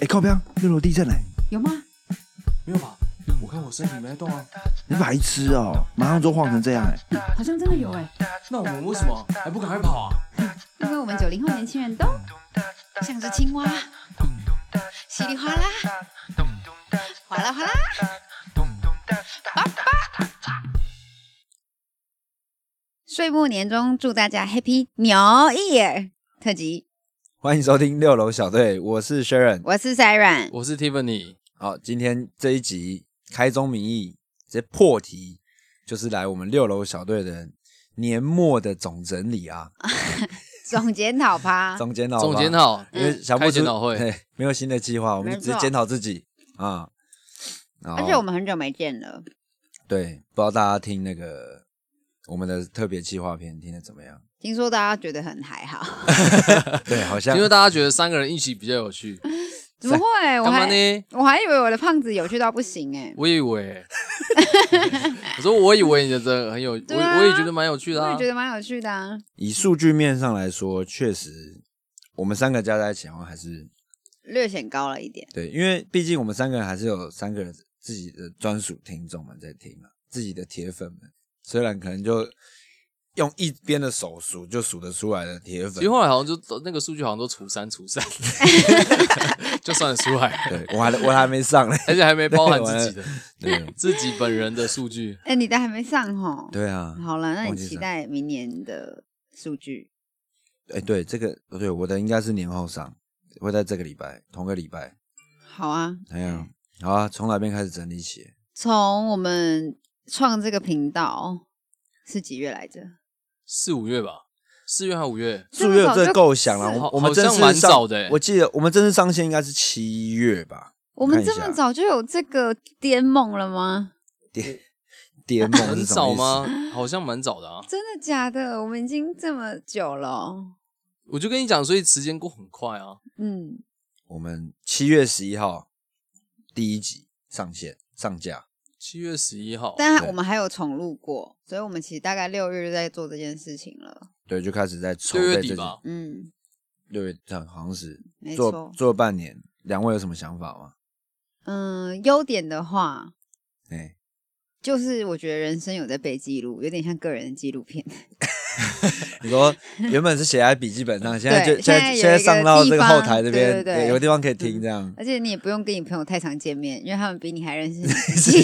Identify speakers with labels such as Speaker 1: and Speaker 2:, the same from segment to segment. Speaker 1: 哎，靠边！六楼地震嘞！
Speaker 2: 有吗？
Speaker 3: 没有吧？我看我身体没在动啊。
Speaker 1: 你白痴哦，马上就晃成这样哎！
Speaker 2: 好像真的有哎，
Speaker 3: 那我们为什么还不赶快跑啊？
Speaker 2: 因为我们九零后年轻人都像只青蛙，稀里哗啦，哗啦哗啦。岁末年终，祝大家 Happy New Year 特辑。
Speaker 4: 欢迎收听六楼小队，我是 Sharon。
Speaker 2: 我是 Siren，
Speaker 3: 我是 Tiffany，
Speaker 4: 好，今天这一集开宗明义，直接破题，就是来我们六楼小队的年末的总整理啊，
Speaker 2: 总检讨趴。
Speaker 4: 总检讨吧，
Speaker 3: 总监好，
Speaker 4: 因为想不
Speaker 3: 开
Speaker 4: 出
Speaker 3: 检 讨会
Speaker 4: 对，没有新的计划，我们就
Speaker 2: 没
Speaker 4: 直接
Speaker 2: 错
Speaker 4: 检讨自己啊。然
Speaker 2: 而
Speaker 4: 后
Speaker 2: 且我们很久没见了，
Speaker 4: 对，不知道大家听那个我们的特别计划片听的怎 么样？
Speaker 2: 听说大家觉得很还 好，
Speaker 4: 对，好像
Speaker 3: 因为大家觉得三个人一起比较有趣，
Speaker 2: 怎么会？我
Speaker 3: 干嘛
Speaker 2: 还
Speaker 3: 呢？
Speaker 2: 我还以为我的胖子有趣到不行哎、
Speaker 3: 我以 为，我说我以为你的这很有，我
Speaker 2: 对啊
Speaker 3: 我也觉得蛮有趣的
Speaker 2: 我也
Speaker 3: 啊
Speaker 2: 觉。得蛮有趣的啊。
Speaker 4: 以数据面上来说，确实我们三个加在一起好像还是
Speaker 2: 略显高了一点。
Speaker 4: 对，因为毕竟我们三个人还是有三个人自己的专属听众们在听嘛，自己的铁粉们，虽然可能就用一边的手数就数得出来的铁
Speaker 3: 其
Speaker 4: 粉
Speaker 3: 实，后来好像就都那个数据好像都除三除 三，就算得出来，
Speaker 4: 对我还我还没上嘞，
Speaker 3: 而且还没包含自己的
Speaker 4: 对
Speaker 3: 自己本人的数据。
Speaker 2: 哎、你的还没上吼？
Speaker 4: 对啊，
Speaker 2: 好了，那
Speaker 4: 忘
Speaker 2: 你
Speaker 4: 记上
Speaker 2: 期待明年的数据？
Speaker 4: 哎对这个对我的应该是年后上，会在这个礼拜同个礼拜，
Speaker 2: 好啊，
Speaker 4: 哎呀，
Speaker 3: 嗯
Speaker 4: 好啊，从哪边开始整理起？
Speaker 2: 从我们创这个频道是几月来着？
Speaker 3: 四五月吧，四月还五月，
Speaker 4: 数月有这个构想了，
Speaker 2: 是
Speaker 4: 我
Speaker 3: 好
Speaker 4: 我们
Speaker 3: 好
Speaker 4: 正
Speaker 3: 像
Speaker 4: 式
Speaker 3: 蛮
Speaker 4: 上
Speaker 3: 早的欸
Speaker 4: 我记得我们正式上线应该是七月 吧？
Speaker 2: 我们
Speaker 4: 看一
Speaker 2: 这
Speaker 4: 下
Speaker 2: 么早就有这个癫梦了吗？
Speaker 4: 点点猛
Speaker 3: 很
Speaker 4: 是什么
Speaker 3: 早
Speaker 4: 意思？
Speaker 3: 吗？好像蛮早的啊。
Speaker 2: 真的假的？我们已经这么久了哦、
Speaker 3: 我就跟你讲，所以时间过很快啊。
Speaker 2: 嗯，
Speaker 4: 我们七月十一号第一集上线上架，
Speaker 3: 七月十一号，
Speaker 2: 但
Speaker 4: 对
Speaker 2: 我们还有重录过，所以我们其实大概六月就在做这件事情了。
Speaker 4: 对，就开始在筹
Speaker 3: 六
Speaker 4: 备
Speaker 3: 月
Speaker 4: 这
Speaker 3: 底
Speaker 4: 集
Speaker 3: 吧，
Speaker 2: 嗯，
Speaker 4: 六月嗯，好像是
Speaker 2: 没
Speaker 4: 做
Speaker 2: 错。
Speaker 4: 做了半年，两位有什么想法吗？
Speaker 2: 嗯，优点的话，
Speaker 4: 哎、
Speaker 2: 就是我觉得人生有在被记录，有点像个人的纪录片。
Speaker 4: 你 说原本是写在笔记本上，现在就
Speaker 2: 对
Speaker 4: 现
Speaker 2: 现在有
Speaker 4: 在
Speaker 2: 一个
Speaker 4: 现在上到这
Speaker 2: 地
Speaker 4: 个
Speaker 2: 方
Speaker 4: 后台这
Speaker 2: 对
Speaker 4: 边，
Speaker 2: 对对嗯
Speaker 4: 有个地方可以听，这样
Speaker 2: 而且你也不用跟你朋友太常见面，因为他们比你还认 识你自己。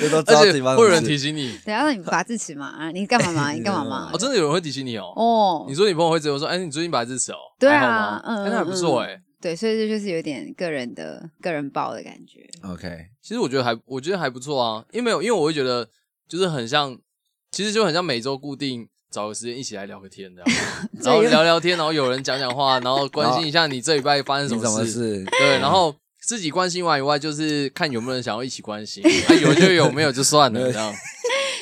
Speaker 4: 就都知
Speaker 3: 而
Speaker 4: 道
Speaker 3: 且
Speaker 4: 自己发
Speaker 3: 会
Speaker 4: 生
Speaker 3: 有
Speaker 4: 什
Speaker 3: 人
Speaker 4: 么
Speaker 3: 提
Speaker 4: 事。
Speaker 3: 醒你
Speaker 2: 对啊，那你拔智齿嘛？啊，你干嘛嘛？你干嘛嘛
Speaker 3: 哦，？真的有人会提醒你哦。
Speaker 2: 哦
Speaker 3: 你，说你朋友会直接说，哎，你最近白智齿哦？
Speaker 2: 对
Speaker 3: 还好
Speaker 2: 啊
Speaker 3: 吗，
Speaker 2: 嗯，
Speaker 3: 哎那还不错
Speaker 2: 嗯
Speaker 3: 哎。
Speaker 2: 对，所以这就是有点个人的个人报的感觉。
Speaker 4: OK，
Speaker 3: 其实我觉得还，我觉得还不错啊，因为没有，因为我会觉得就是很像，其实就很像每周固定找个时间一起来聊个天这 样，然后聊聊天，然后有人讲讲话，然后关心一下你这礼拜发生
Speaker 4: 你
Speaker 3: 什
Speaker 4: 怎么
Speaker 3: 么事，
Speaker 4: 是？
Speaker 3: 对，然后自己关心完以外，就是看有没有人想要一起关心，啊有就有，没有就算了这样，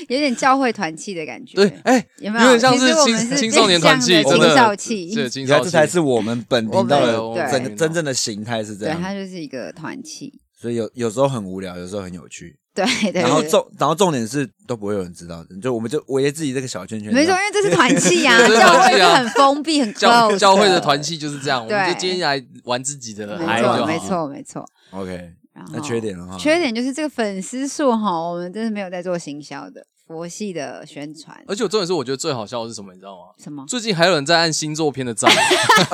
Speaker 2: 有点教会团契的感觉。
Speaker 3: 对，哎，
Speaker 2: 有没
Speaker 3: 有点像
Speaker 2: 其实我们
Speaker 3: 青
Speaker 2: 是
Speaker 3: 青少年团契，
Speaker 2: 变相
Speaker 3: 真
Speaker 2: 的青少
Speaker 3: 的，
Speaker 2: 气。
Speaker 3: 对，青
Speaker 4: 原
Speaker 3: 少
Speaker 4: 来
Speaker 3: 气
Speaker 4: 这才是我们本频道
Speaker 3: 我们
Speaker 4: 的
Speaker 2: 对
Speaker 4: 真真正的形态是这
Speaker 2: 对，它
Speaker 4: 样，
Speaker 2: 就是一个团契。
Speaker 4: 所以有有时候很无聊，有时候很有趣。
Speaker 2: 对对对。
Speaker 4: 然后
Speaker 2: 对
Speaker 4: 重，然后重点是都不会有人知道的，就我们就围着自己这个小圈圈。
Speaker 2: 没错，因为这是团契呀，
Speaker 3: 对这是
Speaker 2: 教
Speaker 3: 团
Speaker 2: 会
Speaker 3: 契
Speaker 2: 是
Speaker 3: 啊
Speaker 2: 很封闭、很
Speaker 3: 教
Speaker 2: close
Speaker 3: 教会的团。契就是这样，我们
Speaker 2: 啊对
Speaker 3: 就今天来玩自己的
Speaker 2: 没
Speaker 3: 嗨就好
Speaker 2: 错，
Speaker 4: 了
Speaker 2: 没错，没错。
Speaker 4: OK，
Speaker 2: 然后
Speaker 4: 那缺点的
Speaker 3: 啊
Speaker 4: 话，
Speaker 2: 哦缺点就是这个粉丝数哈，我们真的没有在做行销的佛系的宣传。
Speaker 3: 而且我重点是，我觉得最好笑的是什么，你知道吗？
Speaker 2: 什么？
Speaker 3: 最近还有人在按星座片 的赞，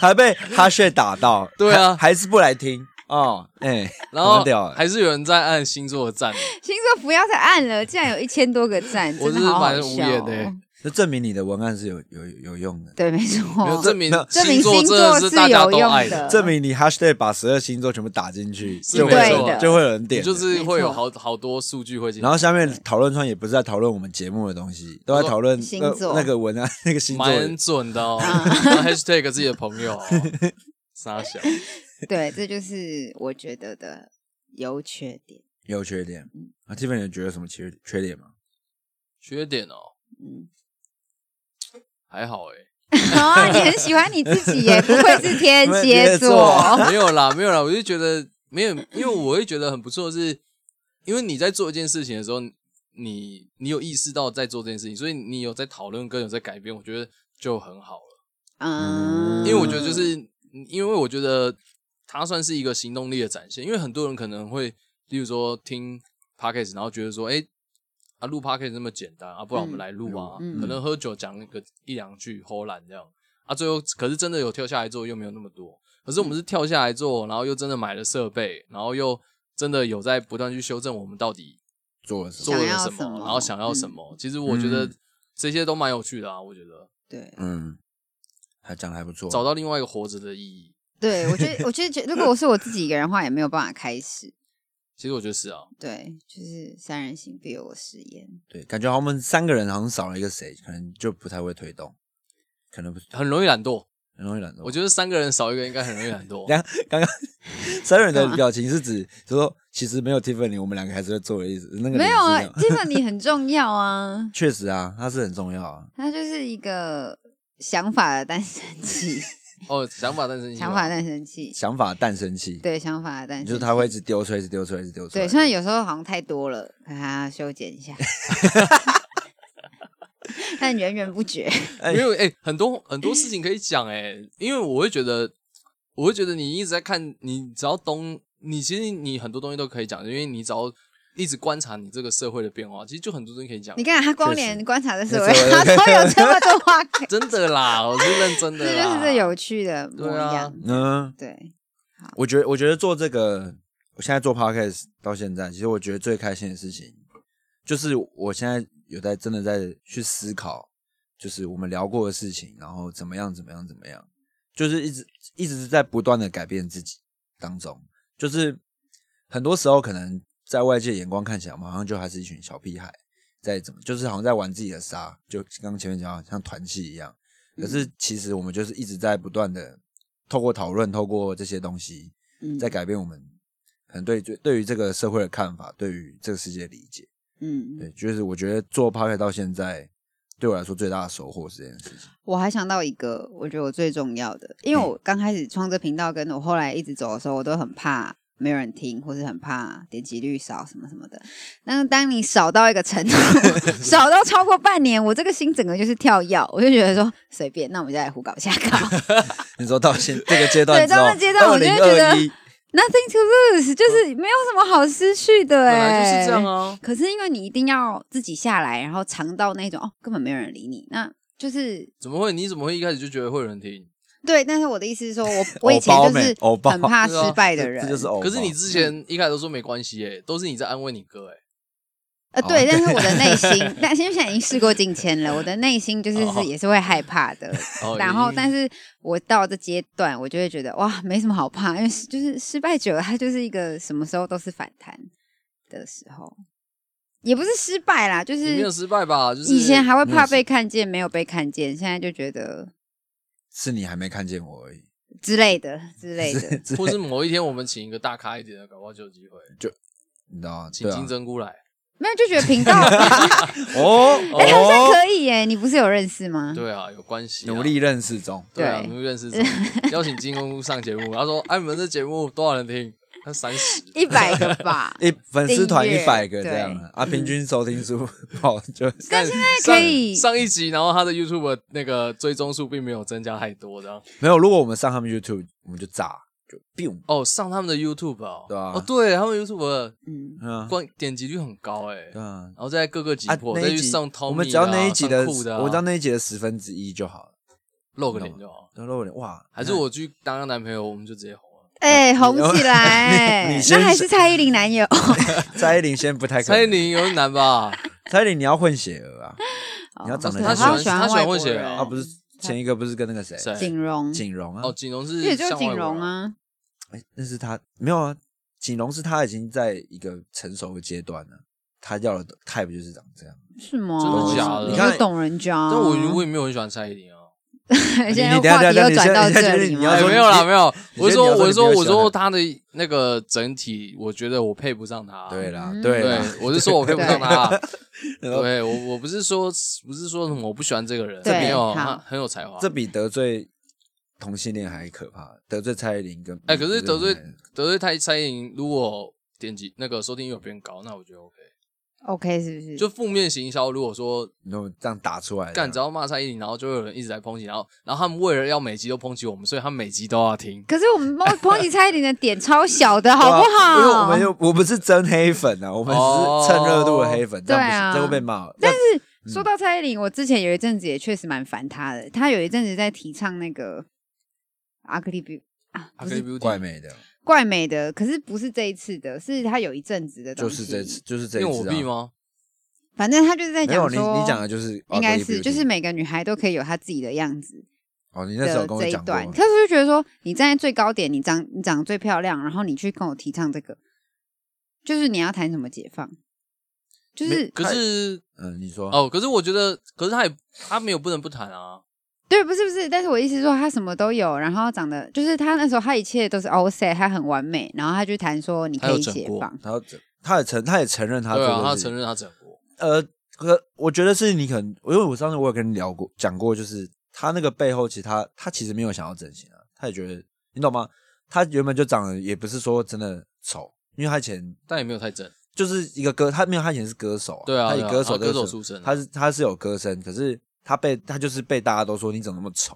Speaker 4: 还被哈血打到，
Speaker 3: 对啊
Speaker 4: 还还是不来听哦，哎，
Speaker 3: 然后
Speaker 4: 很屌欸
Speaker 3: 还是有人在按星座的赞，
Speaker 2: 星座不要再按了，竟然有一千多个赞，
Speaker 3: 我
Speaker 2: 真的
Speaker 3: 是
Speaker 2: 好好
Speaker 3: 蛮无
Speaker 2: 笑
Speaker 3: 言
Speaker 2: 哦
Speaker 3: 的欸
Speaker 4: 就证明你的文案是有有有用的，
Speaker 2: 对，没
Speaker 3: 没有
Speaker 2: 错，
Speaker 3: 证明
Speaker 4: 那
Speaker 2: 证明
Speaker 3: 座
Speaker 2: 星
Speaker 3: 真
Speaker 2: 座
Speaker 3: 的是大家
Speaker 2: 有
Speaker 3: 都爱
Speaker 2: 用的，
Speaker 4: 证明你 hashtag 把十二星座全部打进去，
Speaker 3: 是
Speaker 4: 就会
Speaker 2: 对
Speaker 4: 有
Speaker 2: 的
Speaker 4: 就会有人
Speaker 3: 你
Speaker 4: 点，
Speaker 3: 就是会有
Speaker 2: 没
Speaker 3: 好好多数据会进
Speaker 4: 然后下面讨论串也不是在讨论我们节目的东西，都在讨论
Speaker 2: 星
Speaker 4: 那
Speaker 2: 座
Speaker 4: 那个文案 那个星座的。
Speaker 3: 蛮准的哦。
Speaker 2: 啊
Speaker 3: 然后 hashtag 自己的朋友哦，傻 小，
Speaker 2: 对，这就是我觉得的优缺点。
Speaker 4: 有缺点啊，Tiffany 有觉得有什么缺缺点吗？
Speaker 3: 缺点哦，
Speaker 2: 嗯，
Speaker 3: 还好哎，
Speaker 2: 哦，你很喜欢你自己耶，不愧是 天蝎
Speaker 4: 天蝎座
Speaker 2: 座。
Speaker 3: 没有啦，没有啦，我就觉得没有，因为我会觉得很不错的是，因为你在做一件事情的时候，你你有意识到在做这件事情，所以你有在讨论跟有在改变，我觉得就很好了。
Speaker 2: 嗯，
Speaker 3: 因为我觉得就是因为我觉得它算是一个行动力的展现，因为很多人可能会，例如说听 podcast，然后觉得说，哎、啊录 podcast 那么简单啊，不然我们
Speaker 2: 嗯
Speaker 3: 来录啊，
Speaker 2: 嗯
Speaker 3: 可能喝酒讲个一两句偷懒这样啊，最后可是真的有跳下来做又没有那么多，可是我
Speaker 2: 嗯
Speaker 3: 们是跳下来做，然后又真的买了设备，然后又真的有在不断去修正我们到底
Speaker 4: 做了什
Speaker 3: 做
Speaker 4: 么？
Speaker 3: 了
Speaker 2: 想要
Speaker 3: 什
Speaker 2: 什么嗯
Speaker 3: 然后想要什么。其实我觉得这些都蛮有趣的啊，我觉得
Speaker 2: 对
Speaker 4: 嗯，还讲的还不错。
Speaker 3: 找到另外一个活着的意义，
Speaker 2: 对，我觉得，我觉得觉得，如果我是我自己一个人的话，也没有办法开始。
Speaker 3: 其实我觉得是啊，
Speaker 2: 对，就是三人行必有我师焉。
Speaker 4: 对，感觉好像我们三个人好像少了一个谁，可能就不太会推动，可能不
Speaker 3: 很容易懒惰。
Speaker 4: 很容易懒惰。
Speaker 3: 我觉得三个人少一个应该很容易懒惰。
Speaker 4: 刚刚刚三人的表情是指说，其实没有 Tiffany，我们两个还是会做的意思。那个
Speaker 2: 没有啊
Speaker 4: 脸是
Speaker 2: 这
Speaker 4: 那，种
Speaker 2: 个 你很重要啊，
Speaker 4: 确实啊，它是很重要啊。
Speaker 2: 它就是一个想法的诞生 器，
Speaker 4: 啊
Speaker 3: 哦，想法诞生器嘛
Speaker 2: 想法的诞生器，
Speaker 4: 想法诞生器，，
Speaker 2: 对，想法的诞生器，
Speaker 4: 就是它会一直丢出来，一直丢出来，一直丢出来。
Speaker 2: 对，虽然有时候好像太多了，把它修剪 一下，但源源不 绝。
Speaker 4: 哎
Speaker 3: 因为哎、很多很多事情可以讲哎、因为我会觉得，我会觉得你一直在看，你只要懂，你其实你很多东西都可以讲，因为你只要一直观察你这个社会的变化，其实就很多东西可以讲
Speaker 2: 你。看他光
Speaker 4: 确实
Speaker 2: 连观察的社
Speaker 4: 那
Speaker 2: 会，
Speaker 4: 社会
Speaker 2: 他都有这么多话 可以，
Speaker 3: 真的啦，我是认真
Speaker 2: 这
Speaker 3: 的
Speaker 2: 就
Speaker 3: 啦。
Speaker 2: 是这有趣的模
Speaker 3: 对啊
Speaker 2: 样。
Speaker 4: 嗯，
Speaker 2: 对，
Speaker 4: 我觉得我觉得做这个，我现在做 podcast 到现在，其实我觉得最开心的事情，就是我现在有在真的在去思考，就是我们聊过的事情，然后怎么样怎么样怎么样，就是一直一直是在不断的改变自己当中，就是很多时候可能在外界眼光看起来，我们好像就还是一群小屁孩，在怎么就是好像在玩自己的沙，就刚刚前面讲到像团契一样，可是其实我们就是一直在不断的透过讨论，透过这些东西，
Speaker 2: 嗯
Speaker 4: 在改变我们可能对对对于这个社会的看法，对于这个世界的理解。
Speaker 2: 嗯，
Speaker 4: 对，就是我觉得做 p o d c a s t 到现在，对我来说最大的收获是这件事情。
Speaker 2: 我还想到一个，我觉得我最重要的，因为我刚开始创这频道，跟我后来一直走的时候，我都很怕没有人听，或是很怕点击率少什么什么的。但是当你少到一个程度， 少到超过半年，我这个心整个就是跳跃，我就觉得说随便，那我们就来胡搞瞎 搞
Speaker 4: 你说到现这个阶段
Speaker 2: 对
Speaker 4: 之
Speaker 2: 到
Speaker 4: 后，
Speaker 2: 那阶段我就会觉得
Speaker 4: 2021
Speaker 2: ，nothing to lose，就是没有什么好失去的、
Speaker 3: 本
Speaker 2: 欸，
Speaker 3: 来就是这样啊。
Speaker 2: 可是因为你一定要自己下来，然后尝到那种哦，根本没有人理你，那就是
Speaker 3: 怎么会？你怎么会一开始就觉得会有人听？
Speaker 2: 对。但是我的意思是说，我 我以前
Speaker 4: 偶包
Speaker 2: 就是
Speaker 4: 妹偶包
Speaker 2: 很怕
Speaker 3: 对啊
Speaker 2: 失败的
Speaker 4: 这
Speaker 2: 人，
Speaker 4: 这就是偶包。
Speaker 3: 可是你之前一开始都说没关系诶、都是你在安慰你哥诶、哎
Speaker 2: 呃
Speaker 4: 哦
Speaker 2: 对。但是我的内心，但是因为现在已经事过境迁了，我的内心就是
Speaker 3: 哦
Speaker 2: 是也是会害怕的。
Speaker 3: 哦
Speaker 2: 然后，
Speaker 3: 你
Speaker 2: 但是我到这阶段，我就会觉得哇，没什么好怕，因为是就是失败久了，它就是一个什么时候都是反弹的时候，也不是失败啦，就
Speaker 3: 你没
Speaker 2: 是
Speaker 3: 有失败吧？就是
Speaker 2: 以前还会
Speaker 4: 没有
Speaker 2: 怕
Speaker 4: 失
Speaker 2: 被看见，没有被看见，现在就觉得
Speaker 4: 是你还没看见我而已，
Speaker 2: 之类的之类的。
Speaker 4: 是
Speaker 3: 或是某一天我们请一个大咖一点的，搞不好就有机会，
Speaker 4: 你知道吗？
Speaker 3: 请
Speaker 4: 对啊
Speaker 3: 金针菇来。
Speaker 2: 没有就觉得频道， 哎、
Speaker 4: 哦
Speaker 2: 好像
Speaker 4: 哦，
Speaker 2: 可以耶！你不是有认识吗？
Speaker 3: 对啊，有关系啊、
Speaker 4: 嗯努力认识中。，
Speaker 3: 对啊，
Speaker 2: 对
Speaker 3: 你们认识 什么邀请金公屋上节目，他说：“哎，你们这节目多少人听？他三十，
Speaker 2: 一百个 吧
Speaker 4: 一粉丝团
Speaker 2: 订
Speaker 4: 一
Speaker 2: 阅
Speaker 4: 百个这样啊
Speaker 2: 对嗯
Speaker 4: 啊，平均收听数 不好就
Speaker 3: 但现在
Speaker 2: 可以
Speaker 3: 上一集，然后他的 YouTube 那个追踪数并没有增加太多，这样
Speaker 4: 没有。如果我们上他们 YouTube，我们就炸，就 biu，
Speaker 3: 哦，上他们的 YouTube 哦，
Speaker 4: 对啊
Speaker 3: 哦，对他们 YouTube
Speaker 2: 嗯，
Speaker 4: 嗯啊，
Speaker 3: 关点击率很高哎，
Speaker 4: 对啊，
Speaker 3: 然后再各个击
Speaker 4: 啊，
Speaker 3: 破，
Speaker 4: 那
Speaker 3: 再去
Speaker 4: 一集
Speaker 3: 上 Tommy，
Speaker 4: 我们只要
Speaker 3: 啊
Speaker 4: 那一集
Speaker 3: 上
Speaker 4: 的，
Speaker 3: 酷的啊，
Speaker 4: 我知道那一集的十分之一就好了。
Speaker 3: 露个脸就好，
Speaker 4: 然后我脸哇，
Speaker 3: 还是我去当个男朋友，我们就直接红了。
Speaker 2: 哎、红起
Speaker 4: 你你
Speaker 2: 来，
Speaker 4: 先
Speaker 2: 那还是蔡依林男友，
Speaker 4: 蔡依林先不太可能
Speaker 3: 蔡依，林有点难吧？
Speaker 4: 蔡依林你要混血儿啊，你要长得
Speaker 2: 好
Speaker 4: 他喜欢
Speaker 2: 喜欢
Speaker 3: 他喜欢
Speaker 2: 外国
Speaker 3: 混血
Speaker 2: 人
Speaker 3: 啊
Speaker 4: 啊不是前一个不是跟那个谁
Speaker 3: 谁
Speaker 2: 锦荣，
Speaker 4: 锦荣啊
Speaker 3: 哦，，锦荣是
Speaker 2: 也就
Speaker 3: 向外
Speaker 2: 锦
Speaker 3: 国
Speaker 2: 荣
Speaker 3: 人，
Speaker 2: 啊，
Speaker 4: 哎，那是他没有啊，锦荣是他已经在一个成熟的阶段了，他要的 type 就是长这样，
Speaker 2: 是吗？
Speaker 3: 真
Speaker 4: 的假的
Speaker 2: 你
Speaker 4: 你看
Speaker 2: 就懂人家、
Speaker 3: 但我我也没有很喜欢蔡依林啊。
Speaker 2: 现在
Speaker 4: 你等一下
Speaker 2: 话题
Speaker 4: 等
Speaker 2: 又
Speaker 4: 一下
Speaker 2: 转到
Speaker 4: 你先
Speaker 2: 这里
Speaker 4: 你要
Speaker 2: 吗
Speaker 3: 哎，
Speaker 4: 说？
Speaker 3: 没有啦，没有。
Speaker 4: 你
Speaker 3: 我是说，
Speaker 4: 你
Speaker 3: 我
Speaker 4: 要
Speaker 3: 是
Speaker 4: 说
Speaker 3: 说，
Speaker 4: 你没
Speaker 3: 我
Speaker 4: 有
Speaker 3: 是
Speaker 4: 喜欢
Speaker 3: 说他的那个整体，我觉得我配不上他。啊
Speaker 4: 对啦
Speaker 2: 嗯
Speaker 4: 对
Speaker 3: 对
Speaker 4: 啦，，
Speaker 3: 我是说我配不上他。啊
Speaker 4: 然后
Speaker 3: 对我，我不是说不是说什么我不喜欢这个人，
Speaker 2: 对
Speaker 3: 没有，
Speaker 2: 好
Speaker 3: 他很有才华。
Speaker 4: 这比得罪同性恋还可怕，得罪蔡依林跟
Speaker 3: 哎，可是得罪得
Speaker 4: 对
Speaker 3: 罪蔡蔡依林，如果点击那个收听率有变高，那我觉得 OK。
Speaker 2: OK 是不是？
Speaker 3: 就负面行销，如果说
Speaker 4: 你都这样打出来的，
Speaker 3: 干只要骂蔡依林，然后就会有人一直在抨击，然后然后他们为了要每集都抨击我们，所以他们每集都要听。
Speaker 2: 可是我们抨抨击蔡依林的点超小的，好不
Speaker 4: 哇因为我
Speaker 2: 好
Speaker 4: 们？又我不是真黑粉啊，我们只是蹭热度的黑粉，这样不
Speaker 2: 对啊
Speaker 4: 行，这会被骂。但是
Speaker 2: 说到蔡依林，我之前有一阵子也确实蛮烦她的，她有一阵子在提倡那个 ugly beauty 啊，不是
Speaker 3: Beauty
Speaker 4: 怪美的，
Speaker 2: 怪美的，可是不是这一次的，是她有一阵子的
Speaker 4: 就
Speaker 2: 东
Speaker 4: 是
Speaker 2: 西。
Speaker 4: 这次，，就是这
Speaker 3: 因
Speaker 4: 一
Speaker 3: 为
Speaker 4: 次、啊。
Speaker 3: 我必吗？
Speaker 2: 反正她就是在
Speaker 4: 没
Speaker 2: 讲
Speaker 4: 有你，
Speaker 2: 说，
Speaker 4: 你讲的就是哦
Speaker 2: 应该
Speaker 4: ugly
Speaker 2: 是
Speaker 4: beauty
Speaker 2: 就是每个女孩都可以有她自己的样子，
Speaker 4: 哦，你那时候
Speaker 2: 的
Speaker 4: 跟
Speaker 2: 这
Speaker 4: 我
Speaker 2: 一
Speaker 4: 讲过
Speaker 2: 段，，可是我就觉得说，你站在最高点，你长你长得最漂亮，然后你去跟我提倡这个，就是你要谈什么解放，就是
Speaker 3: 可是
Speaker 4: 嗯，你说
Speaker 3: 哦，可是我觉得，可是他也他没有不能不谈啊。
Speaker 2: 对，不是不是，但是我意思是说，她什么都有，然后长得就是她那时候她一切都是 all set，她很完美，然后她就谈说你
Speaker 3: 她
Speaker 2: 可
Speaker 3: 有
Speaker 2: 以
Speaker 3: 整
Speaker 2: 解
Speaker 3: 过
Speaker 2: 放，
Speaker 4: 他要整他也承他也承认他
Speaker 3: 对
Speaker 4: 做
Speaker 3: 啊，
Speaker 4: 过
Speaker 3: 他
Speaker 4: 事
Speaker 3: 承认他整过。
Speaker 4: 呃，可我觉得是你可能，因为我上次我有跟你聊过讲过，就是他那个背后，其实他他其实没有想要整形啊，他也觉得你懂吗？他原本就长得也不是说真的丑，因为他以前
Speaker 3: 但也没有太正。
Speaker 4: 就是一个歌，他没有他以前是歌手、啊，
Speaker 3: 对啊
Speaker 4: 他以
Speaker 3: 对啊
Speaker 4: 歌手
Speaker 3: 啊
Speaker 4: 这
Speaker 3: 歌
Speaker 4: 个
Speaker 3: 手
Speaker 4: 身
Speaker 3: 出身啊
Speaker 4: 他是他是有歌声，可是他被他就是被大家都说你怎么那么丑，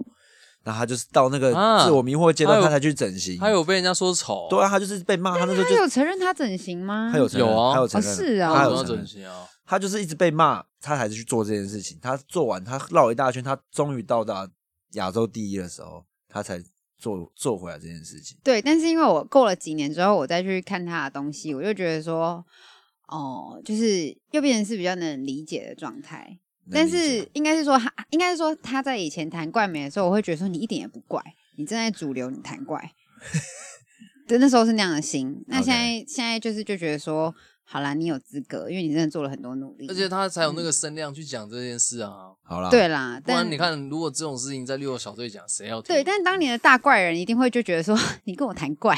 Speaker 4: 然后他就是到那个
Speaker 3: 啊
Speaker 4: 自我迷惑阶段，
Speaker 3: 他有
Speaker 4: 他才去整形，
Speaker 3: 他有被人家说丑，
Speaker 4: 嗯对啊，他就是被骂，他那时候
Speaker 2: 她
Speaker 4: 就
Speaker 2: 有承认她整形吗？
Speaker 4: 他有承认
Speaker 3: 有啊
Speaker 4: 他有承
Speaker 2: 哦
Speaker 4: 认，
Speaker 2: 是啊
Speaker 3: 他
Speaker 4: 他
Speaker 3: 有
Speaker 4: 有
Speaker 3: 要
Speaker 4: 承
Speaker 3: 整
Speaker 4: 认
Speaker 3: 形啊。
Speaker 4: 他就是一直被骂，他才是去做这件事情。他做完，他绕一大圈，他终于到达亚洲第一的时候，他才做做回来这件事情。
Speaker 2: 对，但是因为我过了几年之后，我再去看她的东西，我就觉得说，哦，就是又变成是比较能理解的状态。
Speaker 4: 能
Speaker 2: 但
Speaker 4: 理解
Speaker 2: 是应该是说他，应该是说他在以前谈怪美的时候，我会觉得说你一点也不怪，你正在主流，你谈 怪。对，那时候是那样的心。那
Speaker 4: OK
Speaker 2: 现在现在就是就觉得说，好啦，你有资格，因为你真的做了很多努力。
Speaker 3: 而且他才有那个声量去讲这件事啊，
Speaker 4: 好啦，
Speaker 2: 对啦，
Speaker 3: 不
Speaker 2: 但
Speaker 3: 然你看，如果这种事情在六小队讲，谁要听？
Speaker 2: 对，但当年的大怪人一定会就觉得说， 你跟我谈怪，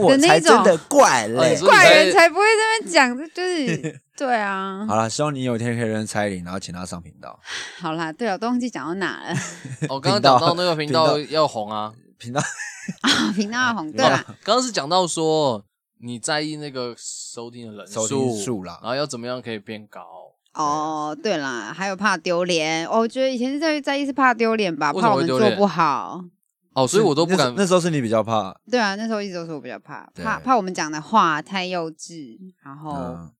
Speaker 4: 我
Speaker 2: 的那
Speaker 4: 才
Speaker 2: 一种
Speaker 4: 真的怪
Speaker 3: 哦你
Speaker 4: 嘞。
Speaker 3: 说
Speaker 2: 怪人才不会这边讲，就是 对啊。
Speaker 4: 好啦，希望你有一天可以认识蔡依林，然后请她上频道。
Speaker 2: 好啦，对啊，我都忘记讲到哪了。
Speaker 3: 哦，刚刚
Speaker 4: 频道
Speaker 3: 讲到那个频道
Speaker 4: 频
Speaker 3: 要红啊，
Speaker 4: 频道
Speaker 2: 啊频道红，对
Speaker 3: 哦
Speaker 2: 啦，
Speaker 3: 刚刚是讲到说你在意那个收听的人
Speaker 4: 收听数啦
Speaker 3: 然后要怎么样可以变高？
Speaker 2: 哦，对啦，还有怕丢脸。哦，我觉得以前是在在意是怕丢脸吧，
Speaker 3: 为什
Speaker 2: 怕
Speaker 3: 么
Speaker 2: 我
Speaker 3: 会
Speaker 2: 们
Speaker 3: 丢
Speaker 2: 做
Speaker 3: 脸
Speaker 2: 不好。
Speaker 3: 哦，所以我都不敢
Speaker 4: 那时候那时候是你比较怕，
Speaker 2: 对啊，那时候一直都是我比较怕，怕
Speaker 4: 对
Speaker 2: 怕我们讲的话太幼稚，然
Speaker 3: 哦
Speaker 2: 后
Speaker 4: 嗯，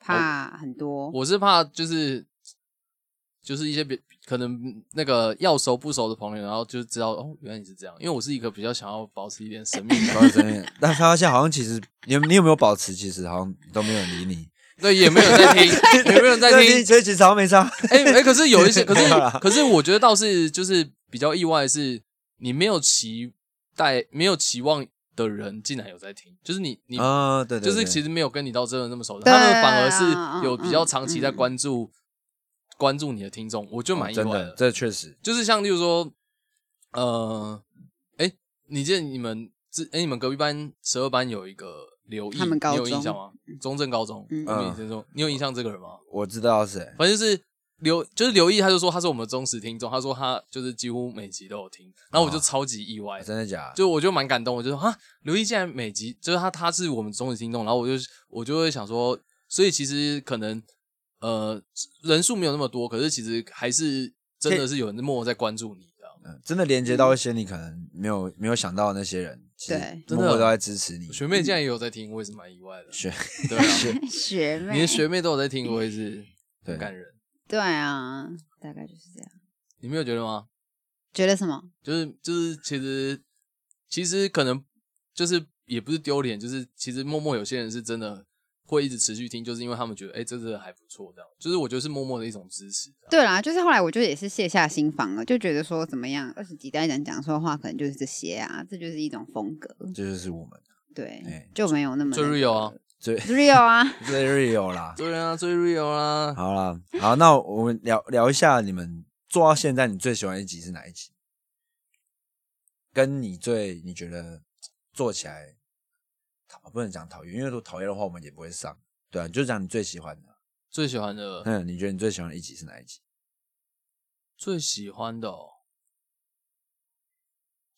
Speaker 2: 怕很多。
Speaker 3: 我是怕就是就是一些别可能那个要熟不熟的朋友，然后就知道哦，原来你是这样。因为我是一个比较想要保持一点神秘感，
Speaker 4: 不好意思真的但发现好像其实你有你有没有保持，其实好像都没有人理你，
Speaker 3: 对，也没有人在听，也没有人在
Speaker 4: 对
Speaker 3: 听。
Speaker 4: 所以其实好像没差。
Speaker 3: 哎、哎、可是有一些，可
Speaker 4: 没
Speaker 3: 是
Speaker 4: 有啦
Speaker 3: 可是我觉得倒是就是比较意外的是，你没有期待、没有期望的人竟然有在听，就是你你、
Speaker 4: 啊，对对，
Speaker 3: 就是
Speaker 4: 对
Speaker 3: 其实没有跟你到真的那么熟的，
Speaker 2: 对
Speaker 3: 他
Speaker 2: 啊
Speaker 3: 们反而是有比较长期
Speaker 2: 嗯
Speaker 3: 在
Speaker 2: 嗯嗯
Speaker 3: 关注、关注你的听众，我就蛮
Speaker 4: 哦
Speaker 3: 意
Speaker 4: 真
Speaker 3: 外
Speaker 4: 的，这确实
Speaker 3: 就是像例如说，呃，哎、你记得你们之哎、你们隔壁班十二班有一个刘毅，
Speaker 2: 他们高
Speaker 3: 你有印
Speaker 2: 中
Speaker 3: 象吗？中正高中，
Speaker 2: 嗯
Speaker 3: 你有印象中你有印象这个人吗？
Speaker 4: 我知道是谁。
Speaker 3: 反正就是刘，就是刘毅，他就说他是我们的忠实听众，他说他就是几乎每集都有听，然后
Speaker 2: 哦
Speaker 3: 我就超级意外，
Speaker 4: 真的假的？
Speaker 3: 就我就蛮感动，我就说啊，刘毅竟然每集就是他，他是我们忠实听众，然后我就我就会想说，所以其实可能呃人数没有那么多，可是其实还是真的是有人默默在关注你的。
Speaker 4: 嗯，真的连接到一些你可能没有没有想到的那些人，其实
Speaker 2: 对
Speaker 3: 真的哦
Speaker 4: 默默都在支持你。
Speaker 3: 学妹竟然也有在听，我也是蛮意外的。
Speaker 4: 学
Speaker 3: 对啊，
Speaker 4: 学
Speaker 2: 学妹，
Speaker 3: 你的学妹都有在听，我也是很
Speaker 4: 对
Speaker 3: 感人。
Speaker 2: 对啊，大概就是这样。
Speaker 3: 你没有觉得吗？
Speaker 2: 觉得什么？
Speaker 3: 就是就是，其实其实可能就是也不是丢脸，就是其实默默有些人是真的会一直持续听，就是因为他们觉得哎、这真的还不错，这样就是我觉得是默默的一种支持。啊
Speaker 2: 对啦，就是后来我就也是卸下心防了，就觉得说怎么样，二十几代人讲说话可能就是这些啊，这就是一种风格，
Speaker 4: 这就是我们
Speaker 2: 对
Speaker 4: 哎，
Speaker 2: 就没有那么
Speaker 3: 最 real 啊，
Speaker 4: 最
Speaker 2: real 啊，
Speaker 4: 最 real 啦。
Speaker 3: 对啊，最 real 啦。
Speaker 4: 好啦，好，那我们聊聊一下你们做到现在，你最喜欢一集是哪一集？跟你最你觉得做起来，讨不能讲讨厌，因为如果讨厌的话，我们也不会上。对啊，就讲你最喜欢的。
Speaker 3: 最喜欢的，
Speaker 4: 嗯，你觉得你最喜欢的一集是哪一集？
Speaker 3: 最喜欢的、哦，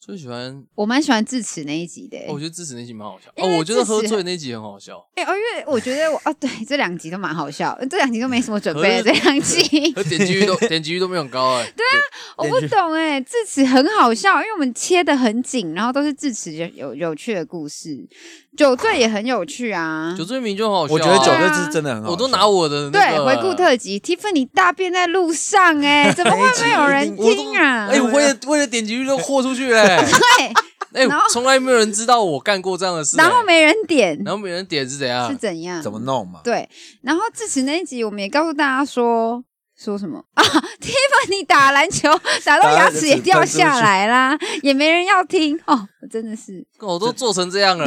Speaker 3: 最喜欢，
Speaker 2: 我蛮喜欢智齿那一集的、欸
Speaker 3: 哦我觉得智齿那集蛮好笑。
Speaker 2: 哎因
Speaker 3: 哦，
Speaker 2: 为
Speaker 3: 我觉得
Speaker 2: 智齿
Speaker 3: 喝醉那集很好笑，
Speaker 2: 哎、哦，因为我觉得我啊，对，这两集都蛮好笑，这两集都没什么准备，
Speaker 3: 可
Speaker 2: 这
Speaker 3: 是
Speaker 2: 两集
Speaker 3: 可点击率都点击率都没有很高哎、对啊，
Speaker 2: 我不懂哎、智齿很好笑，因为我们切的很紧，然后都是智齿有有有趣的故事，酒醉也很有趣啊
Speaker 3: 酒。醉明就很好笑、啊，
Speaker 4: 我觉得酒
Speaker 2: 对
Speaker 4: 醉
Speaker 2: 啊
Speaker 4: 是真的很好笑，
Speaker 3: 我都拿我的那
Speaker 2: 对，
Speaker 3: 个
Speaker 2: 回顾特辑，Tiffany 大便在路上、哎，怎么会没有人
Speaker 3: 我都
Speaker 2: 听啊？
Speaker 3: 哎、我为了为了点击率都豁出 去哎、
Speaker 2: 对，
Speaker 3: 哎、
Speaker 2: 然后
Speaker 3: 从来没有人知道我干过这样的事、哎
Speaker 2: 然后没人点
Speaker 3: 然后没人点是怎样
Speaker 2: 是？怎样？
Speaker 4: 怎么弄嘛？
Speaker 2: 对，然后智齿那一集我们也告诉大家说。说什么 啊？Tiffany 打篮 球打到
Speaker 4: 打到
Speaker 2: 牙
Speaker 4: 牙
Speaker 2: 齿
Speaker 4: 齿
Speaker 2: 也掉
Speaker 4: 喷出
Speaker 2: 下
Speaker 4: 去
Speaker 2: 来啦，也没人要听哦，真的是
Speaker 3: 我都做成这样了，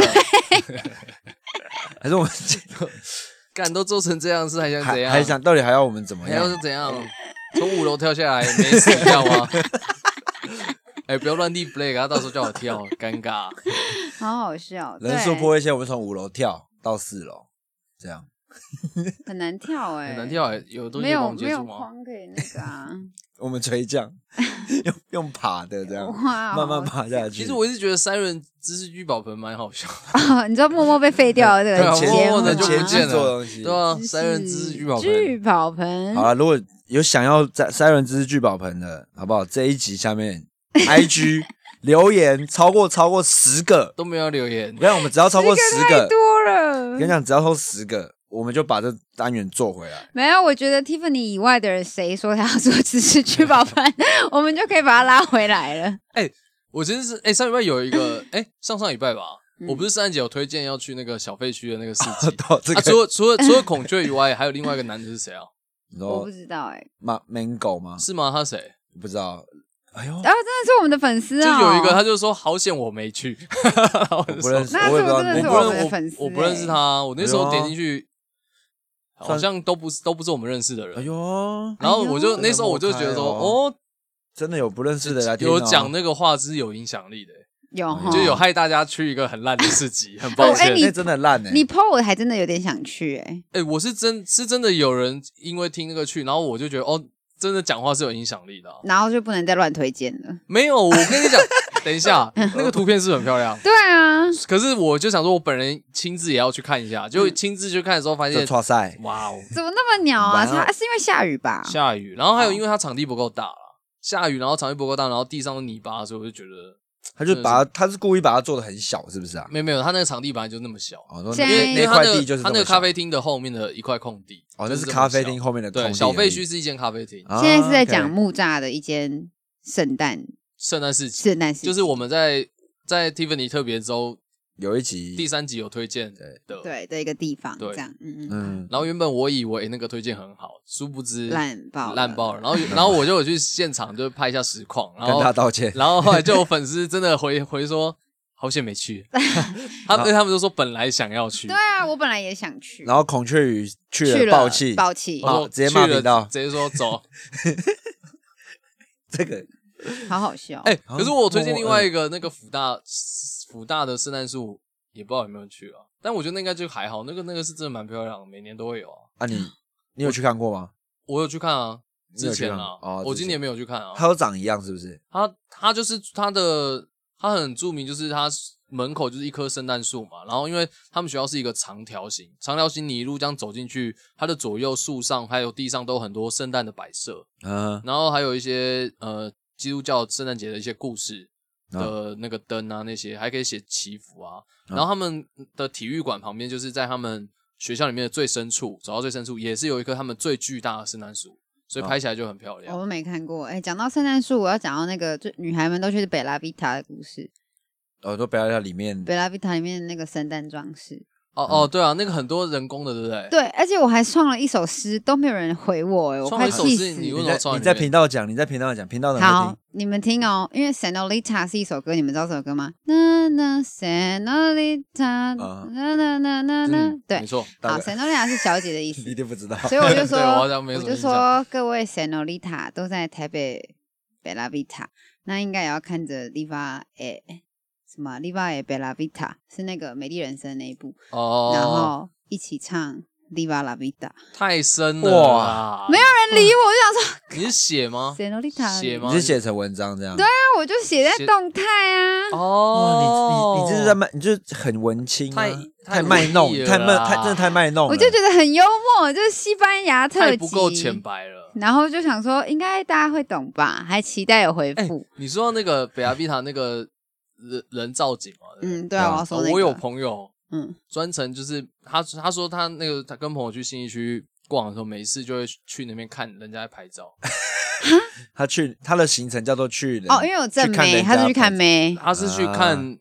Speaker 4: 还是我们
Speaker 3: 干都做成这样是还 想怎
Speaker 4: 还
Speaker 3: 样？
Speaker 4: 还想到底还要我们怎么
Speaker 3: 还要是
Speaker 4: 样？
Speaker 3: 怎样？从五楼跳下来没死掉吗？哎、不要乱地 play，他到时候叫我跳，尴尬。
Speaker 2: 好好笑，
Speaker 4: 人数破一些，我们从五楼跳到四楼，这样
Speaker 2: 对很难跳哎、
Speaker 3: 很难，跳、欸，有东西
Speaker 2: 没
Speaker 3: 可以帮
Speaker 2: 有
Speaker 3: 我们
Speaker 2: 没
Speaker 3: 接
Speaker 2: 有
Speaker 3: 住吗？
Speaker 2: 框可以那个 啊，
Speaker 4: 我们垂降，用用爬的这样，
Speaker 2: 哇，哦
Speaker 4: 慢慢爬下去。
Speaker 3: 其实我一直觉得三人知识聚宝盆蛮好笑，
Speaker 2: 哦，你知道默默被废掉的这
Speaker 3: 对啊
Speaker 2: 个
Speaker 4: 前
Speaker 2: 节
Speaker 3: 默
Speaker 2: 目
Speaker 3: 默的
Speaker 4: 很
Speaker 3: 就
Speaker 4: 前
Speaker 3: 不
Speaker 2: 吗？
Speaker 3: 见
Speaker 4: 期
Speaker 3: 了
Speaker 4: 做的东西
Speaker 3: 对。啊，
Speaker 2: 知识
Speaker 3: 三人知识聚宝
Speaker 2: 聚
Speaker 3: 盆，
Speaker 2: 宝盆
Speaker 4: 好，了，啊如果有想要在三人知识聚宝盆的，好不好？这一集下 面 IG 留言超过超过十个，
Speaker 3: 都没有留言
Speaker 4: 我，跟你讲，我们只要超过十
Speaker 2: 太
Speaker 4: 个，
Speaker 2: 多
Speaker 4: 我跟你
Speaker 2: 了。
Speaker 4: 讲，只要超过十个，我们就把这单元做回来。。
Speaker 2: 没有，我觉得 Tiffany 以外的人，谁说他要做只 是聚宝盆，我们就可以把他拉回来了。
Speaker 3: 我真是哎、上礼拜有一个哎、上上礼拜吧，
Speaker 2: 嗯
Speaker 3: 我不是圣诞节有推荐要去那个小废墟的那个市集
Speaker 4: 到这
Speaker 3: 啊，
Speaker 4: 个，
Speaker 3: 除了除了除了孔雀以外，还有另外一个男的是谁啊？
Speaker 4: 你
Speaker 2: 我
Speaker 4: 说
Speaker 2: 不知道哎、
Speaker 4: 马 mango 吗？
Speaker 3: 是吗？他谁？
Speaker 4: 不知道。哎呦，
Speaker 2: 啊然后真的是我们的粉丝
Speaker 3: 就
Speaker 2: 啊、
Speaker 3: 有一个，他就说好险我没去，我
Speaker 4: 我不认识，
Speaker 2: 那
Speaker 4: 我也不知道
Speaker 2: 这个
Speaker 4: 那
Speaker 2: 真的
Speaker 4: 个。
Speaker 2: 是
Speaker 3: 不
Speaker 2: 我们
Speaker 3: 认
Speaker 2: 的粉丝
Speaker 3: 我不认识
Speaker 2: 欸
Speaker 3: 他，啊我那时候点进去，
Speaker 4: 哎呦
Speaker 3: 好像都不是都不是我们认识的
Speaker 4: 哎
Speaker 3: 人。
Speaker 4: 呦，
Speaker 3: 然后我就
Speaker 4: 哎呦
Speaker 3: 那时候我就觉得说，
Speaker 4: 真的抹
Speaker 3: 哦，
Speaker 4: 真的有不认识的来听哦
Speaker 3: 有讲那个话是有影响力的，
Speaker 2: 有
Speaker 4: 嗯
Speaker 2: 齁
Speaker 3: 哦就有害大家去一个很烂的市集，很
Speaker 2: 哦
Speaker 3: 抱
Speaker 2: 哎
Speaker 3: 歉。
Speaker 2: 你
Speaker 4: 那真的烂哎。
Speaker 2: 你 PO 我还真的有点想去哎、
Speaker 3: 哎，我是真是真的有人因为听那个去，然后我就觉得哦，真的讲话是有影响力的啊。
Speaker 2: 然后就不能再乱推荐了。
Speaker 3: 没有，我跟你讲，等一下，那个图片是不是很漂亮。
Speaker 2: 对啊，
Speaker 3: 可是我就想说，我本人亲自也要去看一下，就亲自去看的时候发
Speaker 4: 嗯这
Speaker 3: 现，
Speaker 4: 错赛，
Speaker 3: 哇哦，
Speaker 2: 怎么那么鸟啊？
Speaker 4: 然
Speaker 2: 是
Speaker 4: 后
Speaker 2: 它是因为下雨吧？
Speaker 3: 下雨，然后还有因为它场地不够大啦，下雨，然后场地不够大，然后地上都泥巴，所以我就觉得
Speaker 2: 嗯
Speaker 4: 他就把它他是故意把它做的很小，是不是啊？
Speaker 3: 没有没有，它那个场地本来就那么小，
Speaker 4: 哦，那
Speaker 2: 现在
Speaker 4: 那
Speaker 3: 因为
Speaker 4: 那
Speaker 3: 它
Speaker 4: 块
Speaker 3: 的
Speaker 4: 地就是
Speaker 3: 它
Speaker 4: 这
Speaker 3: 那
Speaker 4: 么
Speaker 3: 个
Speaker 4: 小
Speaker 3: 咖啡厅的后面的一块空地，
Speaker 4: 哦，那
Speaker 3: 就是是这么
Speaker 4: 咖啡
Speaker 3: 小
Speaker 4: 厅后面的空
Speaker 3: 对
Speaker 4: 地
Speaker 3: 小
Speaker 4: 而
Speaker 3: 废
Speaker 4: 已
Speaker 3: 墟。是一间咖啡厅，
Speaker 4: 啊
Speaker 2: 现在是在讲
Speaker 4: OK
Speaker 2: 木栅的一间圣诞
Speaker 3: 圣诞市集，
Speaker 2: 圣诞市集，
Speaker 3: 就是我们在在 Tiffany 特别周
Speaker 4: 有一集
Speaker 3: 第三集有推荐的，
Speaker 2: 对的一个地方，
Speaker 3: 对
Speaker 2: 这样，嗯嗯，
Speaker 4: 嗯，
Speaker 3: 然后原本我以为那个推荐很好，殊不知
Speaker 2: 烂爆
Speaker 3: 嗯烂爆了。然后有然后我就有去现场就拍一下实况，然
Speaker 4: 跟
Speaker 3: 后
Speaker 4: 他道歉。
Speaker 3: 然后后来就有粉丝真的回回说好险没 去，他们他们就说本来想要去
Speaker 2: 对，啊，我本来也想去，
Speaker 4: 然后孔雀鱼去
Speaker 2: 去
Speaker 4: 了
Speaker 2: 了
Speaker 4: 爆气，
Speaker 2: 爆气
Speaker 3: 我，说
Speaker 4: 好直接骂
Speaker 3: 去了
Speaker 4: 频道
Speaker 3: 直接说 走。
Speaker 4: 这个
Speaker 2: 好好笑。哦
Speaker 3: 哎，
Speaker 4: 好
Speaker 3: 可是我推荐
Speaker 4: 默默
Speaker 3: 另外一个那个福大福大的圣诞树，也不知道有没有去啊，但我觉得那应该就还好，那个那个是真的蛮漂亮的，每年都会有啊。
Speaker 4: 啊， 你你有去看过吗？
Speaker 3: 我有去看啊，
Speaker 4: 你有
Speaker 3: 之
Speaker 4: 去
Speaker 3: 前
Speaker 4: 看
Speaker 3: 啊
Speaker 4: 哦，
Speaker 3: 我
Speaker 4: 之
Speaker 3: 今
Speaker 4: 前
Speaker 3: 年没有去看啊。
Speaker 4: 它都长一样，是不是？
Speaker 3: 它它就是它的，它很著名，就是它门口就是一棵圣诞树嘛。然后因为他们学校是一个长条形，长条形你一路这样走进去，它的左右树上还有地上都有很多圣诞的摆设，
Speaker 4: 嗯，
Speaker 3: 然后还有一些呃基督教圣诞节的一些故事的那个灯啊那些，还可以写祈福啊。
Speaker 4: 嗯
Speaker 3: 然后他们的体育馆旁边就是在他们学校里面的最深处，走到最深处也是有一棵他们最巨大的圣诞树，所
Speaker 4: 啊
Speaker 3: 以拍起来就很漂亮
Speaker 2: 我。都没看过。哎，讲到圣诞树，我要讲到那个，就女孩们都去北拉比塔的故事。
Speaker 4: 我哦都不要在里面
Speaker 2: 北拉比塔里面的那个圣诞装饰，
Speaker 3: 哦哦，对啊，那个很多人工的，对不对？
Speaker 2: 对，而且我还创了一首诗，都没有人回我，哎，我
Speaker 3: 创
Speaker 2: 快
Speaker 3: 了一首
Speaker 2: 气
Speaker 3: 诗
Speaker 2: 死
Speaker 3: 你
Speaker 2: 了
Speaker 3: 为什么
Speaker 4: 你在
Speaker 3: 从
Speaker 4: 你
Speaker 3: 里
Speaker 4: 在
Speaker 3: 面
Speaker 4: 频道讲，你在频道讲，频道能不
Speaker 2: 好
Speaker 4: 听？，
Speaker 2: 你们听哦，因为 Senorita 是一首歌，你们知道这首歌吗？na na Senorita
Speaker 4: 啊
Speaker 2: na na na na na，
Speaker 3: 嗯没
Speaker 2: 对，
Speaker 3: 错。
Speaker 4: 大
Speaker 2: 好
Speaker 4: 概
Speaker 2: ，Senorita 是小姐的意思
Speaker 4: 你，一定不知道。
Speaker 2: 所以我就说
Speaker 3: 对我好像没，什
Speaker 2: 我
Speaker 3: 么
Speaker 2: 就
Speaker 3: 印象
Speaker 2: 说各位 Senorita 都在台北贝拉维塔，那应该也要看着 Liva 诶什么 Liva 诶贝拉维塔是那个美丽人生那一部，
Speaker 3: 哦，
Speaker 2: 然后一起唱 Diva La Vida，
Speaker 3: 太深了
Speaker 4: 哇
Speaker 3: 哇！
Speaker 2: 没有人理我，我就想说
Speaker 3: 你是写吗？
Speaker 2: Senolita，
Speaker 3: 写吗
Speaker 4: 你是写成文章这样？对
Speaker 2: 那我就写在
Speaker 3: 写
Speaker 2: 动态啊。
Speaker 3: 哦，
Speaker 4: 哇，你你你这是在卖，你就是很文青啊
Speaker 3: 太，太
Speaker 4: 卖弄
Speaker 3: 文艺，了
Speaker 4: 太卖，
Speaker 3: 啦
Speaker 4: 太真的太卖弄了。
Speaker 2: 我就觉得很幽默，就是西班牙特
Speaker 3: 哦太
Speaker 2: 辑，
Speaker 3: 不够浅白了。
Speaker 2: 然后就想说，应该大家会懂吧？还期待有回
Speaker 3: 哎
Speaker 2: 复。，
Speaker 3: 你说到那个北阿比塔那个人人造景嘛？对不对
Speaker 2: 嗯，对啊，
Speaker 4: 啊
Speaker 2: 我要说那
Speaker 3: 哦
Speaker 2: 个，
Speaker 3: 我有朋友
Speaker 2: 嗯，
Speaker 3: 专程就是他他说他那个他跟朋友去信义区逛的时候，每一次就会去那边看人家在拍照。
Speaker 4: 他去他的行程叫做去人
Speaker 2: 哦，因为有正
Speaker 4: 去看
Speaker 2: 妹，
Speaker 4: 人
Speaker 2: 他
Speaker 4: 家
Speaker 2: 是去看妹
Speaker 3: 他是去看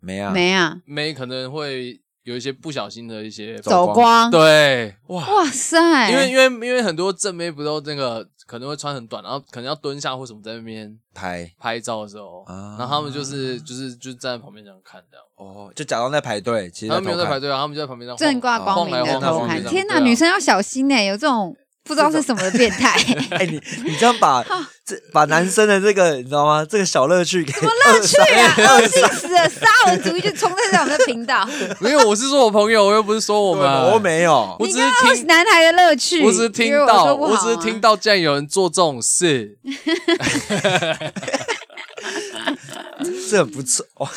Speaker 4: 没啊
Speaker 2: 妹啊，
Speaker 3: 妹，可能会有一些不小心的一些
Speaker 4: 走
Speaker 2: 走光，
Speaker 3: 对哇。
Speaker 2: 哇塞，
Speaker 3: 因为因为因为很多正妹不都那个可能会穿很短，然后可能要蹲下或什么在那边
Speaker 4: 排
Speaker 3: 拍照的时候，
Speaker 4: 啊
Speaker 3: 然后他们就是就是就站在旁边这样看这样，
Speaker 4: 哦，就假装在排队，其实
Speaker 3: 他们没有在排
Speaker 4: 队。
Speaker 3: 队啊，他们就在旁边这样晃
Speaker 2: 正挂光明
Speaker 3: 晃来
Speaker 2: 的
Speaker 3: 晃去
Speaker 2: 偷
Speaker 4: 晃来
Speaker 2: 看，
Speaker 4: 晃去
Speaker 2: 天哪，
Speaker 3: 对啊
Speaker 2: 女生要小心欸呢，有这种不知道是什么的变 态，
Speaker 3: 啊
Speaker 4: 哎，你你这样 把这把男生的这个你知道吗？这个小 乐趣给什么
Speaker 2: 乐趣啊，恶心死了，沙文主义就冲在我们的频道，
Speaker 3: 没有，我是说我朋友，我又不是说我们，
Speaker 4: 啊我没有，
Speaker 3: 我只是
Speaker 2: 哦那是
Speaker 3: 听，
Speaker 2: 男孩的乐趣，
Speaker 3: 我只是听
Speaker 2: 因为我
Speaker 3: 到，
Speaker 2: 说不好
Speaker 3: 我
Speaker 2: 啊
Speaker 3: 只是听到竟然有人做这 种事，
Speaker 4: 这很不错。 哦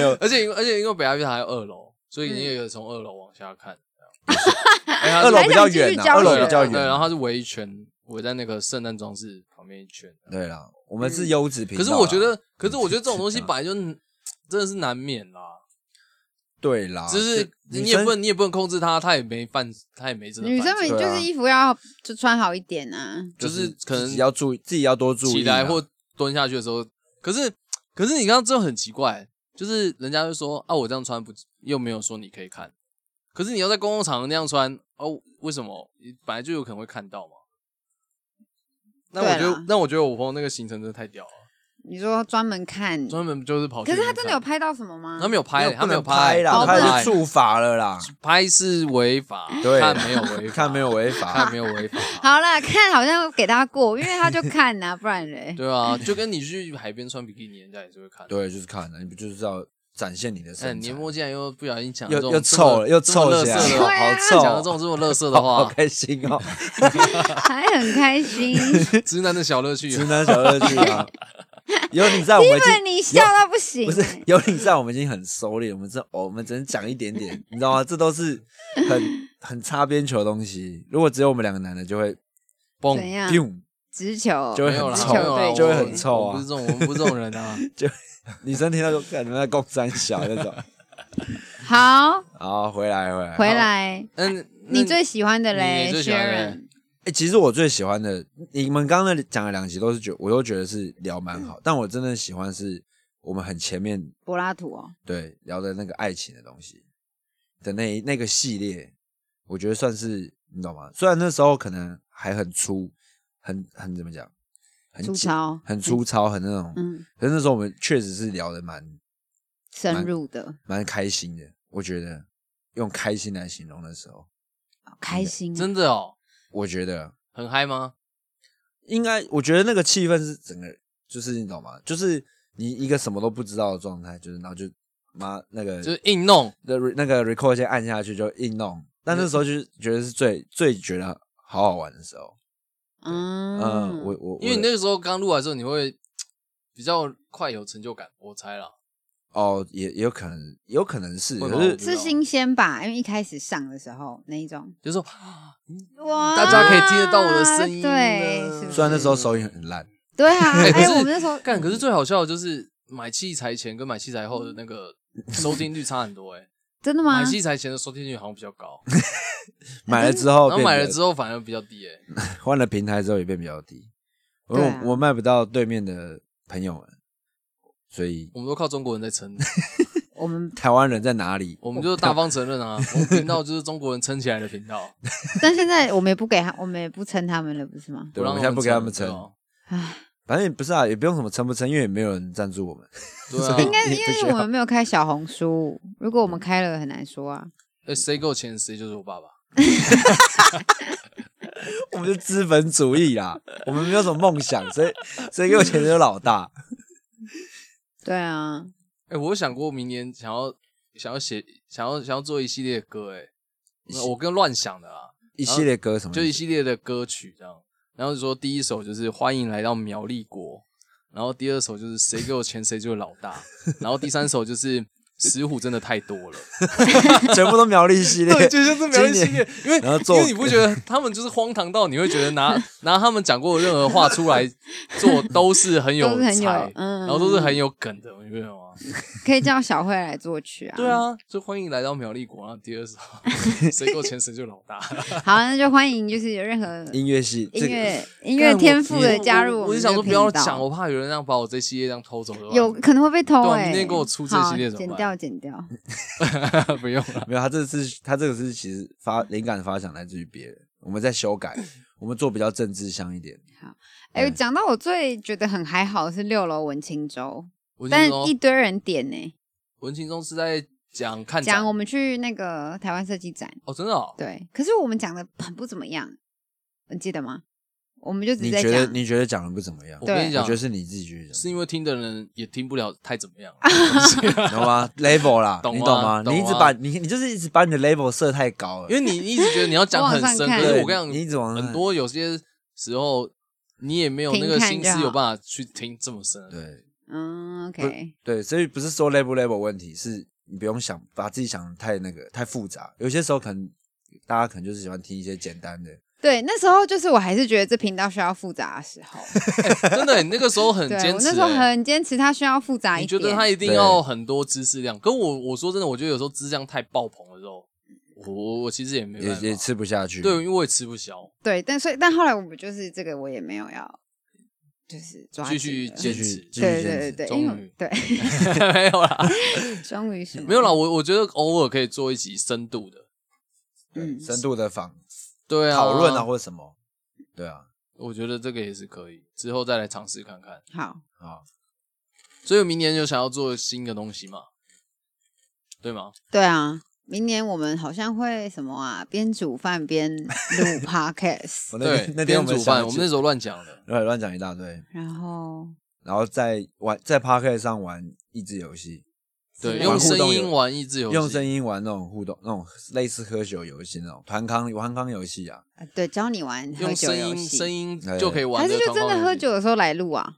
Speaker 4: 有，
Speaker 3: 而且因为而且因为北大乐塔还有二楼，所
Speaker 2: 嗯
Speaker 3: 以你也可以从二楼往下看。哎它是
Speaker 4: 二楼比较远
Speaker 2: 还想继续
Speaker 4: 啊，
Speaker 2: 交
Speaker 4: 二
Speaker 2: 流
Speaker 4: 楼比较远。
Speaker 3: 对，然后它是围一圈，围在那个圣诞装置旁边一圈。
Speaker 4: 对啦，我们是优质频
Speaker 3: 嗯可
Speaker 4: 道啦。啊
Speaker 3: 是我觉得，可是我觉得这种东西本来就真的是难免啦，
Speaker 4: 啊对啦，
Speaker 3: 就是
Speaker 4: 女
Speaker 3: 你也
Speaker 4: 生
Speaker 3: 不能你也不能控制他，他也没犯，他也没真的
Speaker 2: 女生
Speaker 3: 犯
Speaker 2: 们
Speaker 3: 错
Speaker 4: 对
Speaker 2: 就
Speaker 4: 啊
Speaker 2: 是衣服要就穿好一点啊，
Speaker 3: 就是可能
Speaker 4: 自己要注意，自己要多注意啊
Speaker 3: 起来
Speaker 4: 啦
Speaker 3: 或蹲下去的时候，可是可是你刚刚这很奇怪，就是人家就说啊，我这样穿不又没有说你可以看，可是你要在公共场合那样穿哦，为什么？你本来就有可能会看到嘛。那我觉
Speaker 2: 对啦
Speaker 3: 得，那我觉得我朋友那个行程真的太屌了，
Speaker 2: 你说专门看，
Speaker 3: 专门就是跑去
Speaker 2: 可
Speaker 3: 那边
Speaker 2: 是他
Speaker 3: 看。
Speaker 2: 真的有拍到什么吗
Speaker 3: 他？没有拍，他
Speaker 4: 不
Speaker 3: 没有
Speaker 4: 能拍啦，
Speaker 2: 哦
Speaker 3: 他
Speaker 2: 不
Speaker 3: 没有
Speaker 2: 能
Speaker 4: 拍
Speaker 3: 拍
Speaker 4: 是触法 了啦，
Speaker 3: 拍是违法，
Speaker 4: 对
Speaker 3: 看没有 违法，
Speaker 4: 看没有违法。
Speaker 3: 看没有 违法，
Speaker 2: 好啦，看好像给他过，因为他就看呐、不然嘞，
Speaker 3: 对啊，就跟你去海边穿比基尼，人家也是会看。
Speaker 4: 对，就是看了，你不就是要展现你的
Speaker 3: 哎，
Speaker 4: 身材
Speaker 3: 年？末竟然又不小心讲
Speaker 4: 又
Speaker 3: 这种
Speaker 4: 又
Speaker 3: 这
Speaker 4: 臭
Speaker 3: 么
Speaker 4: 了，又
Speaker 3: 这么
Speaker 4: 臭
Speaker 3: 垃
Speaker 4: 起来
Speaker 3: 圾
Speaker 4: 了，
Speaker 3: 的哦
Speaker 2: 对
Speaker 4: 好
Speaker 2: 啊
Speaker 4: 臭，
Speaker 3: 讲到这种这么乐色的
Speaker 4: 好
Speaker 3: 话，
Speaker 4: 开心 哦，
Speaker 3: 啊
Speaker 2: 还很开心。
Speaker 3: 直男的小乐趣
Speaker 4: 直男小乐趣啊！有你在，我们已
Speaker 2: 对
Speaker 4: 经
Speaker 2: 你笑到不行、
Speaker 4: 不是有你在，我们已经很收敛，我们这我们只能讲一点点，你知道吗？这都是很很擦边球的东西。如果只有我们两个男的，就会
Speaker 2: 怎
Speaker 3: 蹦，
Speaker 2: 样？
Speaker 4: 砰
Speaker 2: 直球
Speaker 4: 就会
Speaker 3: 没有啦，
Speaker 4: 很
Speaker 2: 臭
Speaker 3: 没有啦，
Speaker 2: 就会
Speaker 3: 我
Speaker 2: 很
Speaker 4: 臭
Speaker 3: 我
Speaker 4: 啊
Speaker 3: 不是这种，我们不是这种人 啊。
Speaker 4: 女生听到就看你们在共三小那种。
Speaker 2: 好
Speaker 4: 好，回来回来
Speaker 2: 回。来。
Speaker 3: 嗯，那
Speaker 2: 你最喜欢的
Speaker 3: 你
Speaker 2: 嘞
Speaker 3: 你最喜欢的嘞
Speaker 2: ，Sharon，
Speaker 4: 哎、其实我最喜欢的，你们刚刚的讲了两集都是觉，我都觉得是聊蛮好，但我真的喜欢是我们很前面
Speaker 2: 柏拉图哦，
Speaker 4: 对聊的那个爱情的东西的那一那个系列，我觉得算是你懂吗？虽然那时候可能还很粗，很很怎么讲，很
Speaker 2: 粗
Speaker 4: 简
Speaker 2: 糙，
Speaker 4: 很粗糙，很那种，
Speaker 2: 嗯，
Speaker 4: 可是那时候我们确实是聊的蛮
Speaker 2: 深入的，
Speaker 4: 蛮开心的，我觉得用开心来形容的时候，
Speaker 2: 开心啊，
Speaker 3: 真的哦，
Speaker 4: 我觉得
Speaker 3: 很嗨吗？
Speaker 4: 应该，我觉得那个气氛是整个，就是你懂吗？就是你一个什么都不知道的状态，就是然后就妈那个
Speaker 3: 就是硬弄，
Speaker 4: 那那个 record 键按下去就硬弄，但那时候就是觉得是最最觉得好好玩的时候。嗯，
Speaker 2: 嗯，
Speaker 4: 我我
Speaker 3: 因为你
Speaker 4: 我
Speaker 3: 那个时候刚录完之后，你会比较快有成就感，我猜啦。
Speaker 4: 哦也也有可能也有可能是，
Speaker 3: 会吗
Speaker 4: 可是
Speaker 2: 是新鲜吧，因为一开始上的时候那一种，
Speaker 3: 就是说，
Speaker 2: 哇，
Speaker 3: 大家可以听得到我的声音
Speaker 2: 对，
Speaker 3: 呢
Speaker 2: 是不是
Speaker 4: 虽然那时候收音很烂，
Speaker 2: 对 啊，
Speaker 3: 哎可
Speaker 2: 哎，
Speaker 3: 是
Speaker 2: 我们那时候
Speaker 3: 干，可是最好笑的就是买器材前跟买器材后的那个收听率差很 多哎，
Speaker 2: 真的吗
Speaker 3: 买？器材前的收听率好像比较高，
Speaker 4: 买了之后
Speaker 3: 然后哦买了之
Speaker 4: 后
Speaker 3: 后反而比较低哎。
Speaker 4: 换了平台之后也变比较低，我
Speaker 2: 对啊
Speaker 4: 我卖不到对面的朋友们，所以
Speaker 3: 我们都靠中国人在撑，
Speaker 2: 我们
Speaker 4: 台湾人在哪里？
Speaker 3: 我们就大方承认 啊，我们频道就是中国人撑起来的频道，
Speaker 2: 但现在我们也不给他，我们也不称他们了，不是 吗？
Speaker 4: 对，
Speaker 3: 让
Speaker 4: 我们现在不给他们撑
Speaker 3: 对。啊
Speaker 4: 反正也不是啊，也不用什么撑不撑，因为也没有人赞助我们。
Speaker 3: 对
Speaker 4: 所以
Speaker 2: 应
Speaker 3: 啊，
Speaker 2: 该
Speaker 4: 也
Speaker 2: 因
Speaker 4: 不需
Speaker 2: 为
Speaker 4: 要
Speaker 2: 我们没有开小红书，如果我们开了很难说啊。
Speaker 3: 哎，谁给我钱谁就是我爸爸。
Speaker 4: 我们是资本主义啦，我们没有什么梦想，所以所以给我钱的就是老大。
Speaker 2: 对啊，
Speaker 3: 哎，我有想过明年想要想要写想要想要做一系列歌，哎，那我跟乱想的啦，
Speaker 4: 一系列歌什么的，
Speaker 3: 就 一系列的歌曲这样。然后就说第一首就是欢迎来到苗栗国，然后第二首就是谁给我钱谁就是老 大，然后第三首就是石虎真的太多了。
Speaker 4: 全部都苗栗系 列，
Speaker 3: 对，就像是苗栗系
Speaker 4: 今
Speaker 3: 列，因为
Speaker 4: 然后
Speaker 3: 因
Speaker 4: 做
Speaker 3: 为你不觉得他们就是荒唐到你会觉得拿 拿他们讲过的任何话出来做都是很有
Speaker 2: 都是很有
Speaker 3: 才，
Speaker 2: 嗯
Speaker 3: 然后都是很有梗的，你觉得吗？
Speaker 2: 可以叫小慧来作曲啊。
Speaker 3: 对，啊，就欢迎来到苗栗国，然后第二首 谁够钱谁就老大。
Speaker 2: 好，那就欢迎就是有任何
Speaker 4: 音乐系
Speaker 2: 音乐 音
Speaker 3: 干
Speaker 2: 乐
Speaker 3: 我
Speaker 2: 天赋的
Speaker 3: 我
Speaker 2: 加入
Speaker 3: 我
Speaker 2: 们
Speaker 3: 是
Speaker 2: 这
Speaker 3: 想
Speaker 2: 个
Speaker 3: 说不
Speaker 2: 频
Speaker 3: 要
Speaker 2: 道。
Speaker 3: 讲，我怕有人这样把我这系列这样偷走的话。
Speaker 2: 有可能会被偷
Speaker 3: 对啊
Speaker 2: 哎、
Speaker 3: 你那天给我出这系列
Speaker 2: 好
Speaker 3: 怎么
Speaker 2: 剪
Speaker 3: 办嗯
Speaker 2: 掉剪掉。
Speaker 3: 不用了，
Speaker 4: 没有，他这次他这个是其实发灵感发想来自于别人，我们在修改， 我们做比较政治向一点。
Speaker 2: 哎、
Speaker 4: 对
Speaker 2: 讲到我最觉得很还好的是六楼文青周，
Speaker 3: 文青
Speaker 2: 但
Speaker 3: 中
Speaker 2: 一堆人点呢、
Speaker 3: 文青中是在讲看展
Speaker 2: 讲我们去那个台湾设计展，
Speaker 3: 哦，真的哦，
Speaker 2: 对，可是我们讲的很不怎么样，你记得吗？我们就只
Speaker 4: 你
Speaker 2: 是在
Speaker 4: 觉得
Speaker 2: 讲，
Speaker 4: 你觉得讲的不怎么样？
Speaker 3: 我
Speaker 4: 我
Speaker 2: 对
Speaker 3: 跟你讲
Speaker 4: 觉，得是你自己觉得
Speaker 3: 是
Speaker 4: 讲，
Speaker 3: 因为听的人也听不了太怎么 样。
Speaker 4: 懂吗？level 啦，
Speaker 3: 懂啊
Speaker 4: 你懂吗？
Speaker 3: 懂啊
Speaker 4: 你一直把你你就是一直把你的 level 设太高了，
Speaker 3: 因为 你一直觉得你要讲很深，
Speaker 2: 我往上
Speaker 3: 可
Speaker 2: 看
Speaker 3: 是
Speaker 4: 对
Speaker 3: 我跟
Speaker 4: 你
Speaker 3: 你
Speaker 4: 一直往
Speaker 3: 讲，
Speaker 4: 上
Speaker 3: 很多有些时候你也没有那个心
Speaker 2: 听看就
Speaker 3: 思
Speaker 2: 好
Speaker 3: 有办法去听这么深。
Speaker 4: 对
Speaker 2: 嗯，OK，
Speaker 4: 对，所以不是说 level level 问题，是你不用想把自己想得太那个太复杂，有些时候可能大家可能就是喜欢听一些简单的，
Speaker 2: 对，那时候就是我还是觉得这频道需要复杂的时候，
Speaker 3: 真的，你那个时 候很
Speaker 2: 对
Speaker 3: 坚
Speaker 2: 我
Speaker 3: 持、
Speaker 2: 那时候
Speaker 3: 欸
Speaker 2: 很坚持，它需要复杂一
Speaker 3: 你
Speaker 2: 点
Speaker 3: 觉，得他一定要很多知识量？跟我我说真的，我觉得有时候知识量太爆棚的时候，我我我其实也没
Speaker 4: 也
Speaker 3: 办法
Speaker 4: 也吃不下去。
Speaker 3: 对，因为我也吃不消，
Speaker 2: 对，但所以但后来我们就是这个我也没有要，就是抓紧
Speaker 3: 继续
Speaker 2: 了
Speaker 3: 坚
Speaker 4: 继续
Speaker 3: 持。
Speaker 4: 继续
Speaker 2: 对对
Speaker 4: 坚持
Speaker 2: 对对，
Speaker 3: 终
Speaker 2: 因为
Speaker 3: 于
Speaker 2: 我对
Speaker 3: 没有啦，
Speaker 2: 终于是
Speaker 3: 没有啦。我我觉得偶尔可以做一集深度的，
Speaker 2: 嗯
Speaker 4: 对，深度的访
Speaker 3: 对啊，
Speaker 4: 讨论啊，或者什么，对啊，
Speaker 3: 我觉得这个也是可以，之后再来尝试看看。
Speaker 2: 好，
Speaker 4: 啊，
Speaker 3: 所以明年有想要做新的东西吗？对吗？
Speaker 2: 对啊。明年我们好像会什么啊？边煮饭边 录 podcast，
Speaker 4: 我那
Speaker 3: 对
Speaker 4: 天， 那天
Speaker 3: 边
Speaker 4: 我们
Speaker 3: 煮饭，
Speaker 4: 想
Speaker 3: 我们那时候乱讲的。
Speaker 4: 乱乱讲一大堆，
Speaker 2: 然后
Speaker 4: 然后在玩在 p a r k 上玩益智游戏，
Speaker 3: 对，
Speaker 2: 是
Speaker 3: 用
Speaker 4: 玩互
Speaker 3: 声
Speaker 4: 动
Speaker 3: 音
Speaker 4: 游
Speaker 3: 玩益智游戏，
Speaker 4: 用声音玩那种互动，那种类似喝酒游戏那种团康团康游戏啊，
Speaker 2: 呃对教你玩喝
Speaker 3: 用
Speaker 2: 酒
Speaker 3: 声
Speaker 2: 游
Speaker 3: 音
Speaker 2: 戏，
Speaker 3: 声音
Speaker 4: 对
Speaker 3: 就可以玩。
Speaker 2: 还是就真的喝酒的时候来录啊？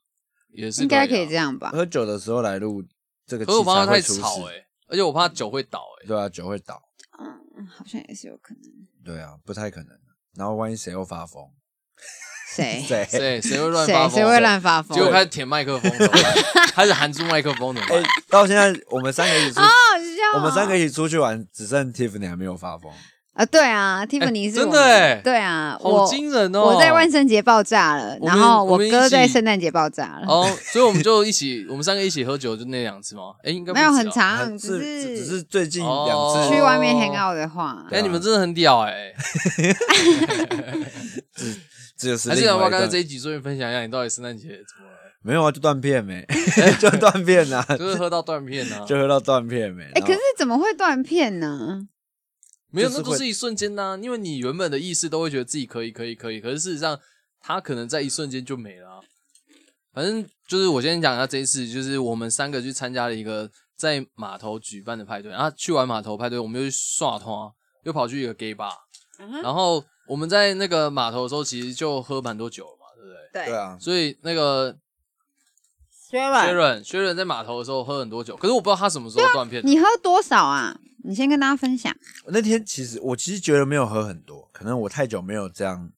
Speaker 3: 也是
Speaker 2: 应该
Speaker 3: 可
Speaker 2: 可
Speaker 3: 以啊
Speaker 2: 以这。样吧？
Speaker 4: 喝酒的时候来录这个
Speaker 3: 可是我
Speaker 4: 器
Speaker 3: 怕
Speaker 4: 材
Speaker 3: 它太
Speaker 4: 会出
Speaker 3: 吵
Speaker 4: 事，
Speaker 3: 哎，而且我怕酒会倒哎。
Speaker 4: 对啊，酒会倒，
Speaker 2: 嗯，好像也是有可能。
Speaker 4: 对啊，不太可能。然后万一谁又 发疯，
Speaker 2: 谁
Speaker 4: 谁？
Speaker 3: 谁谁会乱发
Speaker 2: 谁
Speaker 3: 疯？
Speaker 2: 谁会？乱发疯？
Speaker 3: 结果开始舔麦克风，怎么办 开始含住麦克风怎么
Speaker 4: 哎
Speaker 3: 办？，
Speaker 4: 到现在我们三个一
Speaker 3: 啊
Speaker 4: 起出，
Speaker 2: 好笑
Speaker 4: 我们三个一起出去玩，只剩 Tiffany 还没有发疯，
Speaker 2: 啊，对啊，Tiffany 是
Speaker 3: 真
Speaker 2: 我
Speaker 3: 的
Speaker 2: 们
Speaker 3: 欸
Speaker 2: 对啊，
Speaker 3: 好
Speaker 2: 我
Speaker 3: 惊人哦！
Speaker 2: 我在万圣节爆炸了，
Speaker 3: 我们
Speaker 2: 然后
Speaker 3: 我
Speaker 2: 我
Speaker 3: 们
Speaker 2: 哥
Speaker 3: 一起
Speaker 2: 在圣诞节爆炸了，
Speaker 3: 哦，所以我们就一起，我们三个一起喝酒，就那两次吗？哎，应该不
Speaker 2: 没有
Speaker 3: 止
Speaker 2: 很
Speaker 3: 啊。
Speaker 2: 长，
Speaker 4: 是
Speaker 2: 只
Speaker 4: 只是最近
Speaker 3: 哦
Speaker 4: 两
Speaker 2: 去
Speaker 4: 次
Speaker 2: 外面 hang out 的话，
Speaker 3: 哎，你们真的很屌哎！
Speaker 4: 只有是
Speaker 3: 还是
Speaker 4: 另
Speaker 3: 要不要
Speaker 4: 外一
Speaker 3: 刚才
Speaker 4: 段
Speaker 3: 这一集顺便分享一下，你到底圣诞节怎么 了？
Speaker 4: 没有啊，就断片 没， 就断片啊，
Speaker 3: 就是喝到断片啊，
Speaker 4: 就喝到断片没。
Speaker 2: 哎，
Speaker 4: 然
Speaker 3: 哦
Speaker 4: 后
Speaker 2: 可是怎么会断片呢？
Speaker 3: 没有，
Speaker 4: 就
Speaker 3: 那
Speaker 4: 是
Speaker 3: 都
Speaker 4: 会
Speaker 3: 是一瞬间呐、因为你原本的意识都会觉得自己可以，可以，可以，可是事实上，他可能在一瞬间就没了啊、反正就是我先讲一下这一次，就是我们三个去参加了一个在码头举办的派对，然后去完码头派对，我们又去耍团，又跑去一个 gay bar，、然
Speaker 2: 嗯
Speaker 3: 后我们在那个码头的时候，其实就喝蛮多酒了嘛，对不对？
Speaker 2: 对
Speaker 4: 对啊，
Speaker 3: 所以那个薛
Speaker 2: Sharon，
Speaker 3: 润，薛润在码头的时候喝很多酒，可是我不知道他什么时候断片的。
Speaker 2: 你喝多少啊？你先跟大家分享。
Speaker 4: 那天其实我其实觉得没有喝很多，可能我太久没有这样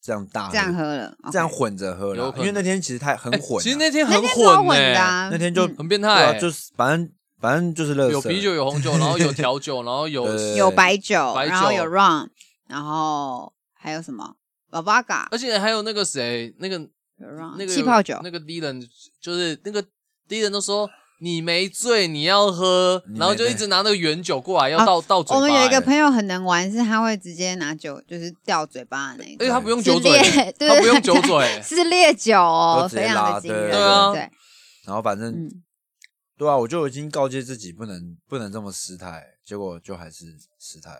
Speaker 4: 这样大
Speaker 2: 这样喝了，OK，
Speaker 4: 这样混着喝
Speaker 3: 有
Speaker 4: 了
Speaker 3: 可，能哎
Speaker 4: 因为那天其实太很混啊，
Speaker 3: 其实那天很
Speaker 2: 那天超
Speaker 3: 混
Speaker 2: 混
Speaker 3: 欸
Speaker 2: 的啊，
Speaker 4: 那天就
Speaker 2: 嗯
Speaker 3: 很变
Speaker 4: 对
Speaker 3: 态欸、
Speaker 4: 啊，就是反正反正就是乐
Speaker 3: 有啤酒，有 红酒，然后有调酒，然后有
Speaker 4: 对
Speaker 2: 有白酒，
Speaker 3: 白
Speaker 2: 然后
Speaker 3: 酒
Speaker 2: 有 rum，然后还有什么 v o d a g a
Speaker 3: 而且还有那个谁，那个
Speaker 2: 有 rum，
Speaker 3: 呃那个
Speaker 2: 啊气泡酒，
Speaker 3: 那个敌人就是那个敌人都说你没醉，你要喝
Speaker 4: 你，没
Speaker 3: 然后就一直拿那个原酒过来要倒倒嘴
Speaker 2: 哦
Speaker 3: 巴。
Speaker 2: 我们有一个
Speaker 3: 欸
Speaker 2: 朋友很能玩，是他会直接拿酒就是吊嘴巴的那一
Speaker 3: 而且
Speaker 2: 种，
Speaker 3: 他不哎用
Speaker 2: 是
Speaker 3: 酒嘴
Speaker 2: 烈，， 对，
Speaker 3: 他不用酒 嘴
Speaker 2: 是烈酒哦，
Speaker 4: 都直接
Speaker 2: 非常
Speaker 4: 拉
Speaker 2: 的惊人，
Speaker 4: 对
Speaker 3: 对啊
Speaker 2: 对，
Speaker 4: 然后反正
Speaker 2: 嗯，
Speaker 4: 对啊，我就已经告诫自己不能不能这么失态，结果就还是失态。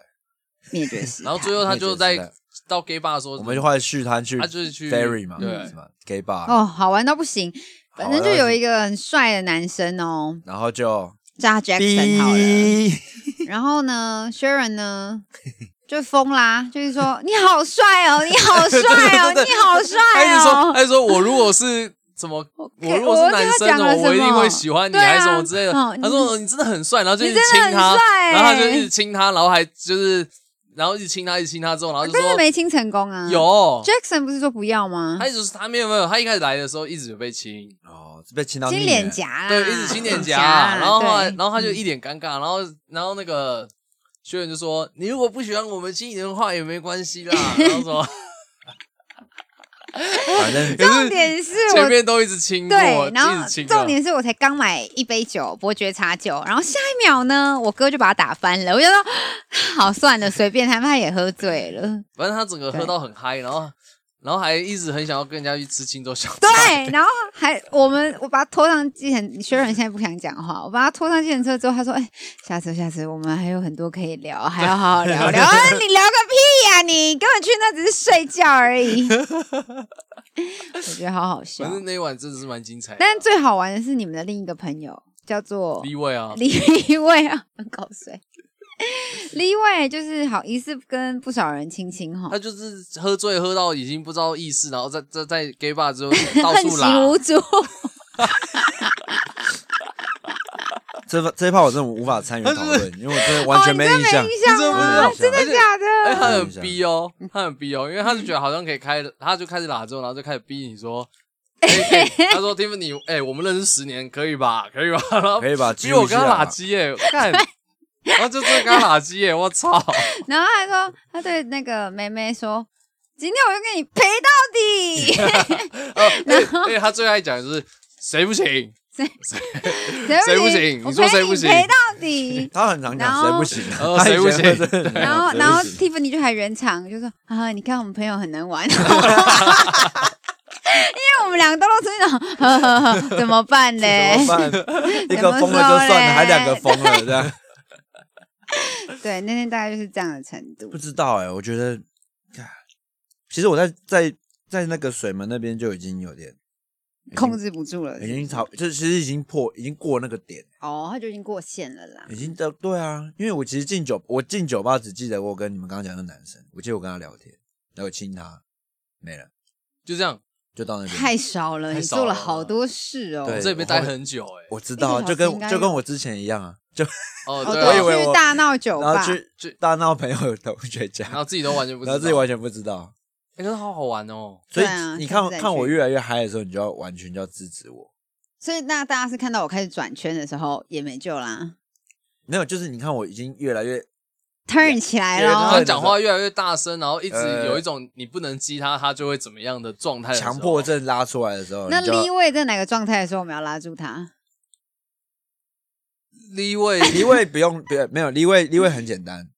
Speaker 2: 灭绝师
Speaker 3: 然后
Speaker 2: 太
Speaker 3: 最后他就
Speaker 4: 那
Speaker 3: 在
Speaker 4: 个
Speaker 3: 到 gay bar 说，
Speaker 4: 我们就后来续摊去
Speaker 3: 他啊就是去
Speaker 4: ferry 嘛，
Speaker 3: 对
Speaker 4: 什么 gay bar，
Speaker 2: 哦，好玩到不行，反正就有一个很帅的男生哦，
Speaker 4: 然后就
Speaker 2: 叫他 Jackson 好了。然后呢，Sharon 呢就疯啦，就是说你好帅哦，你好帅哦，
Speaker 3: 对对对对
Speaker 2: 你好
Speaker 3: 他一
Speaker 2: 帅
Speaker 3: 直说，
Speaker 2: 哦。
Speaker 3: 他一直说我如果是 怎么，我如果是
Speaker 2: 我
Speaker 3: 男
Speaker 2: 跟他
Speaker 3: 生，
Speaker 2: 讲了
Speaker 3: 我
Speaker 2: 什么
Speaker 3: 我一定会喜欢你，
Speaker 2: 对啊
Speaker 3: 还是什么之类的。
Speaker 2: 嗯
Speaker 3: 他说你真的很帅，然后就一直
Speaker 2: 你真的
Speaker 3: 亲
Speaker 2: 很
Speaker 3: 他，
Speaker 2: 帅欸
Speaker 3: 然后他就一直亲他，然后还就是，然后一直亲他，一直亲他之后，然后就
Speaker 2: 但是
Speaker 3: 说
Speaker 2: 没亲成功啊。
Speaker 3: 有，
Speaker 2: Jackson 不是说不要吗
Speaker 3: 他？一直说他没有没有，他一开始来的时候一直有被亲，
Speaker 4: 哦，被亲到腻
Speaker 2: 亲
Speaker 4: 了
Speaker 2: 脸，颊啦，
Speaker 3: 对，一直亲脸颊，然后后来然后他
Speaker 2: 嗯
Speaker 3: 就一脸尴尬，然后然后那个学员就说你如果不喜欢我们亲你的话也没关系啦，然后说
Speaker 4: 反正
Speaker 3: 可
Speaker 2: 重
Speaker 3: 是
Speaker 2: 点是
Speaker 3: 前
Speaker 2: 我。
Speaker 3: 面都一直亲过，
Speaker 2: 对，然
Speaker 3: 一
Speaker 2: 后
Speaker 3: 直亲啊
Speaker 2: 重点是我才刚买一杯酒，伯爵茶酒，然后下一秒呢，我哥就把他打翻了。我就说， 好算了，随便他，他也喝醉了。
Speaker 3: 反正他整个喝到很嗨，然后然后还一直很想要跟人家去吃青州小 菜。
Speaker 2: 对，然后还我们我把他拖上计程，薛仁现在不想讲话，我把他拖上计程车之后，他说：“哎、下次下次，我们还有很多可以聊，还要好好聊 聊。啊”你聊个屁呀、你根本去那只是睡觉而 已。我觉得好好笑
Speaker 3: 反。正那一晚真的是蛮精彩的。
Speaker 2: 但最好玩的是你们的另一个朋友叫做
Speaker 3: 立位啊，
Speaker 2: 李李卫啊，很搞水。 李卫就是好疑似跟不少人亲亲哈
Speaker 3: 他，就是喝醉喝到已经不知道意识，然后在在在 gay bar 之后到
Speaker 2: 恨
Speaker 3: 处
Speaker 2: 行
Speaker 3: 拉
Speaker 2: 无。 阻。
Speaker 4: 这这一趴我真的无法参与讨论，因为我真的完全没印象
Speaker 2: 哦你，真没印象吗
Speaker 4: 我真的没印象
Speaker 3: 的
Speaker 2: 假的？
Speaker 3: 哎，他很逼哦，他很逼哦，因为他就觉得好像可以开，他就开始拉之后，然后就开始逼你 说，哎哎他说 Tiffany，哎，我们认识十年，可以吧？ 可以吧？然后
Speaker 4: 可以吧？
Speaker 3: 逼我跟他
Speaker 4: 拉。
Speaker 3: 拉鸡耶，干， 然后就真的跟他拉鸡耶，我操！
Speaker 2: 然后他说，他对那个妹妹说：“今天我就跟你陪到底，
Speaker 3: 哦， 对对，他最爱讲的就是谁不行，
Speaker 2: 谁
Speaker 3: 不
Speaker 2: 不
Speaker 3: 行
Speaker 2: 行？
Speaker 3: 你说谁不
Speaker 2: 不
Speaker 3: 行
Speaker 2: 陪到底
Speaker 4: 他很常讲谁不行
Speaker 3: 然后
Speaker 4: 啊，他以前
Speaker 3: 哦谁不行
Speaker 4: 会真的讲
Speaker 2: 然后，
Speaker 4: 谁不
Speaker 2: 然后
Speaker 4: 行
Speaker 2: Tiffany 就还圆场，就说：“啊，你看我们朋友很能 玩，因为我们两个都露出那种呵呵呵，怎么办呢？
Speaker 4: 怎么办？ 一个疯了就算了，还两个疯了这样，
Speaker 2: 对，那天大概就是这样的程度
Speaker 4: 不。知道哎、我觉得，干其实我在在在那个水门那边就已经有点已经
Speaker 2: 控制不住了
Speaker 4: 已
Speaker 2: 是不
Speaker 4: 经
Speaker 2: 是
Speaker 4: 超，就其实已经破，已经过那个点，
Speaker 2: 哦，他就已经过线了啦。
Speaker 4: 已经到对啊，因为我其实进酒，我进酒吧只记得我跟你们刚刚讲的那男生，我记得我跟他聊天，然后我亲他，没了，
Speaker 3: 就这样。
Speaker 4: 就到那边。
Speaker 2: 太少了，
Speaker 3: 太
Speaker 2: 你
Speaker 3: 少
Speaker 2: 做了
Speaker 3: 了
Speaker 2: 好多事哦。
Speaker 4: 对
Speaker 3: 我这里被
Speaker 4: 我
Speaker 3: 待
Speaker 4: 会
Speaker 3: 很久哎、
Speaker 4: 我知道
Speaker 2: 一个小
Speaker 4: 啊，
Speaker 2: 时
Speaker 4: 就跟
Speaker 2: 应该有
Speaker 4: 就跟我之前一样啊，就
Speaker 3: 哦，
Speaker 2: 哦，
Speaker 3: 对、
Speaker 2: 对，
Speaker 3: 啊，
Speaker 4: 我以为
Speaker 2: 去
Speaker 4: 我
Speaker 2: 大闹酒
Speaker 4: 然
Speaker 2: 吧
Speaker 4: 后，去
Speaker 3: 就
Speaker 4: 大闹朋友同学家，
Speaker 3: 然后自己都完全不知
Speaker 4: 然
Speaker 3: 道，
Speaker 4: 后自己完全不知道，
Speaker 3: 哎、可是好好玩哦。
Speaker 4: 所以
Speaker 2: 对啊
Speaker 4: 你
Speaker 2: 下次
Speaker 4: 看
Speaker 2: 再
Speaker 4: 看我
Speaker 2: 去
Speaker 4: 越来越嗨的时候，你就要完全就要制止我。
Speaker 2: 所以那大家是看到我开始转圈的时候也没救啦
Speaker 4: 没有，就是你看我已经越来越
Speaker 2: ，turn 起来
Speaker 4: 对
Speaker 3: 他
Speaker 4: 对
Speaker 2: 喽
Speaker 4: 啊对。
Speaker 3: 讲话越来越大声，然后一直
Speaker 4: 呃
Speaker 3: 有一种你不能激他，他就会怎么样的状态的时候。
Speaker 4: 强迫症拉出来的时候，
Speaker 2: 那
Speaker 4: 你就要
Speaker 2: 立位在哪个状态的时候，我们要拉住他？
Speaker 3: 立位
Speaker 4: 离位不用，不要没有离位，离位很简单，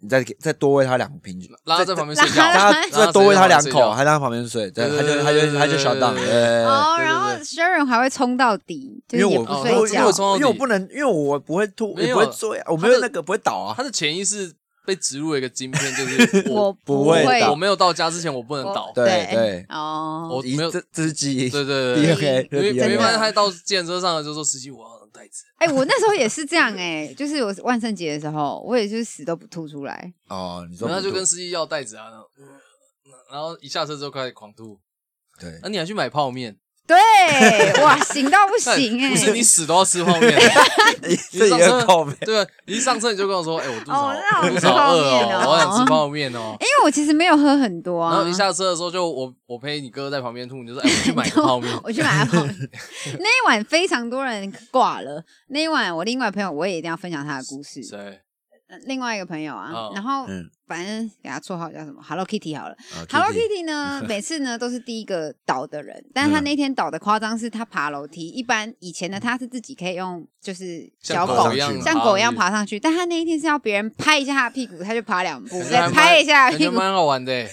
Speaker 4: 你再给再多喂他两瓶酒，
Speaker 3: 拉他在旁边睡觉，
Speaker 2: 拉
Speaker 4: 他
Speaker 3: 拉
Speaker 4: 再多喂他两
Speaker 3: 睡
Speaker 4: 口，
Speaker 3: 觉
Speaker 4: 还在他旁边睡，对，
Speaker 3: 对
Speaker 4: 他就他
Speaker 3: 对
Speaker 4: 就他
Speaker 3: 对
Speaker 4: 就小
Speaker 3: 对
Speaker 4: 档，
Speaker 3: 对
Speaker 4: 对
Speaker 2: 哦，
Speaker 3: 呃对
Speaker 2: 然后 Sharon 还会冲到底，就
Speaker 4: 因
Speaker 2: 是
Speaker 4: 为
Speaker 2: 也
Speaker 4: 我
Speaker 2: 不
Speaker 3: 哦
Speaker 2: 睡
Speaker 3: 因为
Speaker 2: 觉。
Speaker 3: 我从
Speaker 4: 因为我不能，因为我不会吐，我
Speaker 3: 没有
Speaker 4: 不会醉啊，我没有那个不会倒啊，
Speaker 3: 他的潜意识被植入了一个晶片，就是 我
Speaker 2: 不
Speaker 4: 不会
Speaker 3: 我
Speaker 4: 倒
Speaker 3: 没有到家之前我不能
Speaker 2: 我
Speaker 3: 倒。
Speaker 4: 对对
Speaker 2: 哦
Speaker 3: 我，没有
Speaker 4: 咦这这是记忆，
Speaker 3: 对对对
Speaker 4: DNA，
Speaker 3: 因为
Speaker 4: 这是 DNA，
Speaker 3: 没办法，
Speaker 2: 真的
Speaker 3: 他到健身上了就说司机我要袋子，
Speaker 2: 哎，我那时候也是这样哎，就是我万圣节的时候，我也就是死都不吐出来。
Speaker 4: 哦，你说
Speaker 3: 然后他
Speaker 4: 不
Speaker 3: 就
Speaker 4: 吐
Speaker 3: 跟司机要袋子啊，然后然后一下车之后开始狂吐，
Speaker 4: 对
Speaker 3: 那、你还去买泡面？
Speaker 2: 对， 哇，醒到不行哎
Speaker 3: 不。是你死都要吃 泡面。
Speaker 4: 这
Speaker 3: 上
Speaker 4: 也
Speaker 3: 车
Speaker 4: 很 靠背，
Speaker 3: 对，啊你一上车你就跟我说，哎、我肚子好，
Speaker 2: 哦那
Speaker 3: 我
Speaker 2: 我
Speaker 3: 肚子
Speaker 2: 吃
Speaker 3: 好
Speaker 2: 泡
Speaker 3: 饿
Speaker 2: 面
Speaker 3: 哦，
Speaker 2: 哦哎
Speaker 3: 我想吃泡面哦。
Speaker 2: 因为我其实没有喝很多
Speaker 3: 然
Speaker 2: 啊，。
Speaker 3: 后一下车的时候，就我我陪你哥在旁边吐，你就说，哎、我去买个泡面
Speaker 2: 我去买了泡面。那一晚非常多人挂了。那一晚我另外朋友我也一定要分享他的故事。
Speaker 3: 谁？
Speaker 2: 呃另外一个朋友啊，
Speaker 3: 哦
Speaker 2: 然后、
Speaker 4: 嗯
Speaker 2: 反正给他绰号叫什么 Hello Kitty 好了。
Speaker 4: 啊
Speaker 2: Hello
Speaker 4: Kitty
Speaker 2: Kitty 呢，每次呢都是第一个倒的人，但是他
Speaker 4: 嗯
Speaker 2: 那天倒的夸张是他爬楼梯。一般以前呢他是自己可以用就是小
Speaker 3: 像
Speaker 4: 狗
Speaker 2: 狗
Speaker 3: 一样，
Speaker 2: 像狗一样。爬上去，但他那一天是要别人拍一下他的屁股，他就爬两步，
Speaker 3: 感
Speaker 2: 再
Speaker 3: 觉还蛮
Speaker 2: 拍一下
Speaker 3: 感
Speaker 2: 屁
Speaker 3: 觉
Speaker 2: 股，
Speaker 3: 蛮好玩的欸，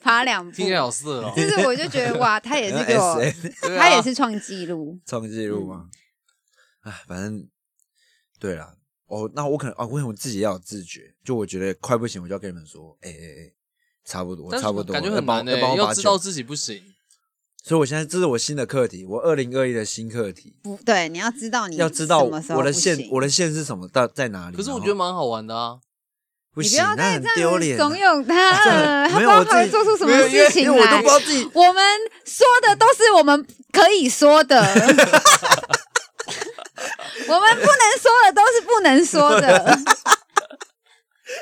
Speaker 2: 爬两步。
Speaker 3: 听起来好 色哦
Speaker 2: 就。是我就觉得哇，他也是给我
Speaker 4: 那，S
Speaker 3: 对啊
Speaker 2: 他也是创纪录。
Speaker 4: 创纪
Speaker 3: 嗯
Speaker 4: 录吗？哎、反正对啦，哦，那我可能啊，我可能自己要有自觉，就我觉得快不行，我就要跟你们说，哎哎哎，差不多，
Speaker 3: 但是
Speaker 4: 差不多，
Speaker 3: 感觉
Speaker 4: 要
Speaker 3: 很
Speaker 4: 帮
Speaker 3: 难
Speaker 4: 要
Speaker 3: 的，
Speaker 4: 帮我
Speaker 3: 要
Speaker 4: 把
Speaker 3: 知
Speaker 4: 酒
Speaker 3: 道自己不行。
Speaker 4: 所以我现在这是我新的课题，我二零二一的新课题，
Speaker 2: 不对，你要知道你
Speaker 4: 要知道
Speaker 2: 什么时候
Speaker 4: 我的
Speaker 2: 不
Speaker 4: 线
Speaker 2: 行
Speaker 4: 我的线是什么，到在哪里。
Speaker 3: 可是我
Speaker 4: 嗯然后
Speaker 3: 觉得蛮好玩的 啊，
Speaker 4: 不
Speaker 2: 你不
Speaker 4: 行，
Speaker 2: 要
Speaker 4: 那
Speaker 2: 再
Speaker 4: 很
Speaker 2: 这
Speaker 4: 丢
Speaker 2: 样
Speaker 4: 脸
Speaker 2: 子
Speaker 4: 啊。
Speaker 2: 怂恿他了，
Speaker 4: 这
Speaker 2: 呃他不
Speaker 4: 没
Speaker 2: 知
Speaker 4: 有
Speaker 2: 道
Speaker 4: 我
Speaker 2: 他
Speaker 4: 自
Speaker 2: 会
Speaker 4: 己
Speaker 2: 做出什么
Speaker 4: 没有因为
Speaker 2: 事情
Speaker 4: 因为我都
Speaker 2: 来
Speaker 4: 不知。道自己
Speaker 2: 我们说的都是我们可以说的，我 们不能说的都是不能说 的。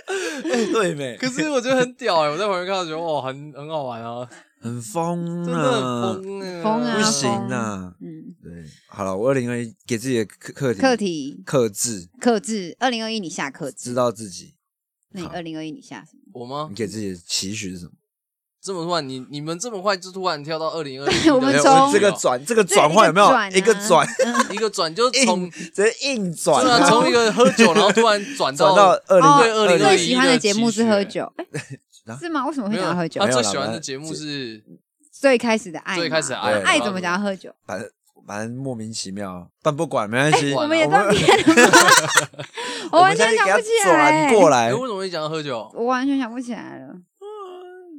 Speaker 4: 嗯对没，
Speaker 3: 可是我觉得很屌哎、我在旁边看到觉得哇，很很好玩啊，
Speaker 4: 很疯
Speaker 3: 真的
Speaker 4: 啊
Speaker 3: 很，疯哎、
Speaker 2: 疯啊
Speaker 4: 不行啊。
Speaker 2: 嗯，
Speaker 4: 对，好了，我二零二一给自己的课课题
Speaker 2: 课题
Speaker 4: 克制，
Speaker 2: 克制，二零二一你下克
Speaker 4: 知
Speaker 2: 制，
Speaker 4: 道自己，
Speaker 2: 那你
Speaker 4: 好
Speaker 2: 二零二一你下什么？
Speaker 3: 我吗
Speaker 4: 你？给自己的期许是什么？
Speaker 3: 这么突然，你你们这么快就突然跳到二零二
Speaker 2: 我们
Speaker 4: 对
Speaker 3: 零，
Speaker 2: 从
Speaker 4: 哎我这个转这个转换有没有
Speaker 2: 这
Speaker 4: 一个
Speaker 2: 啊
Speaker 4: 转，
Speaker 3: 一个转就从
Speaker 4: 硬直接硬转
Speaker 3: 对啊，从一个喝酒，然后突然转
Speaker 4: 转到二零
Speaker 2: 哦
Speaker 3: 对2021
Speaker 2: 最喜欢的节目是喝
Speaker 3: 的期许
Speaker 2: 酒，哎
Speaker 4: 啊
Speaker 2: 是吗？为什么会
Speaker 3: 没有
Speaker 2: 想要喝酒
Speaker 3: 他？
Speaker 4: 没有
Speaker 3: 最
Speaker 4: 啦
Speaker 3: 喜欢
Speaker 4: 反
Speaker 3: 的
Speaker 4: 正
Speaker 3: 节目
Speaker 4: 这
Speaker 3: 是
Speaker 2: 最开始的爱嘛，
Speaker 3: 最开始的爱
Speaker 4: 对
Speaker 2: 爱怎么想要喝酒？
Speaker 4: 反正反正莫名其妙，但不管没关系，
Speaker 3: 我
Speaker 2: 哎我
Speaker 3: 们
Speaker 2: 们也断片了吗？
Speaker 4: 我
Speaker 2: 我完
Speaker 4: 们下
Speaker 2: 全
Speaker 4: 去
Speaker 2: 想
Speaker 4: 给他
Speaker 2: 不起
Speaker 4: 转
Speaker 2: 来，
Speaker 4: 过
Speaker 3: 哎、
Speaker 4: 来，
Speaker 3: 为什么会讲到喝酒？
Speaker 2: 我完全想不起来了。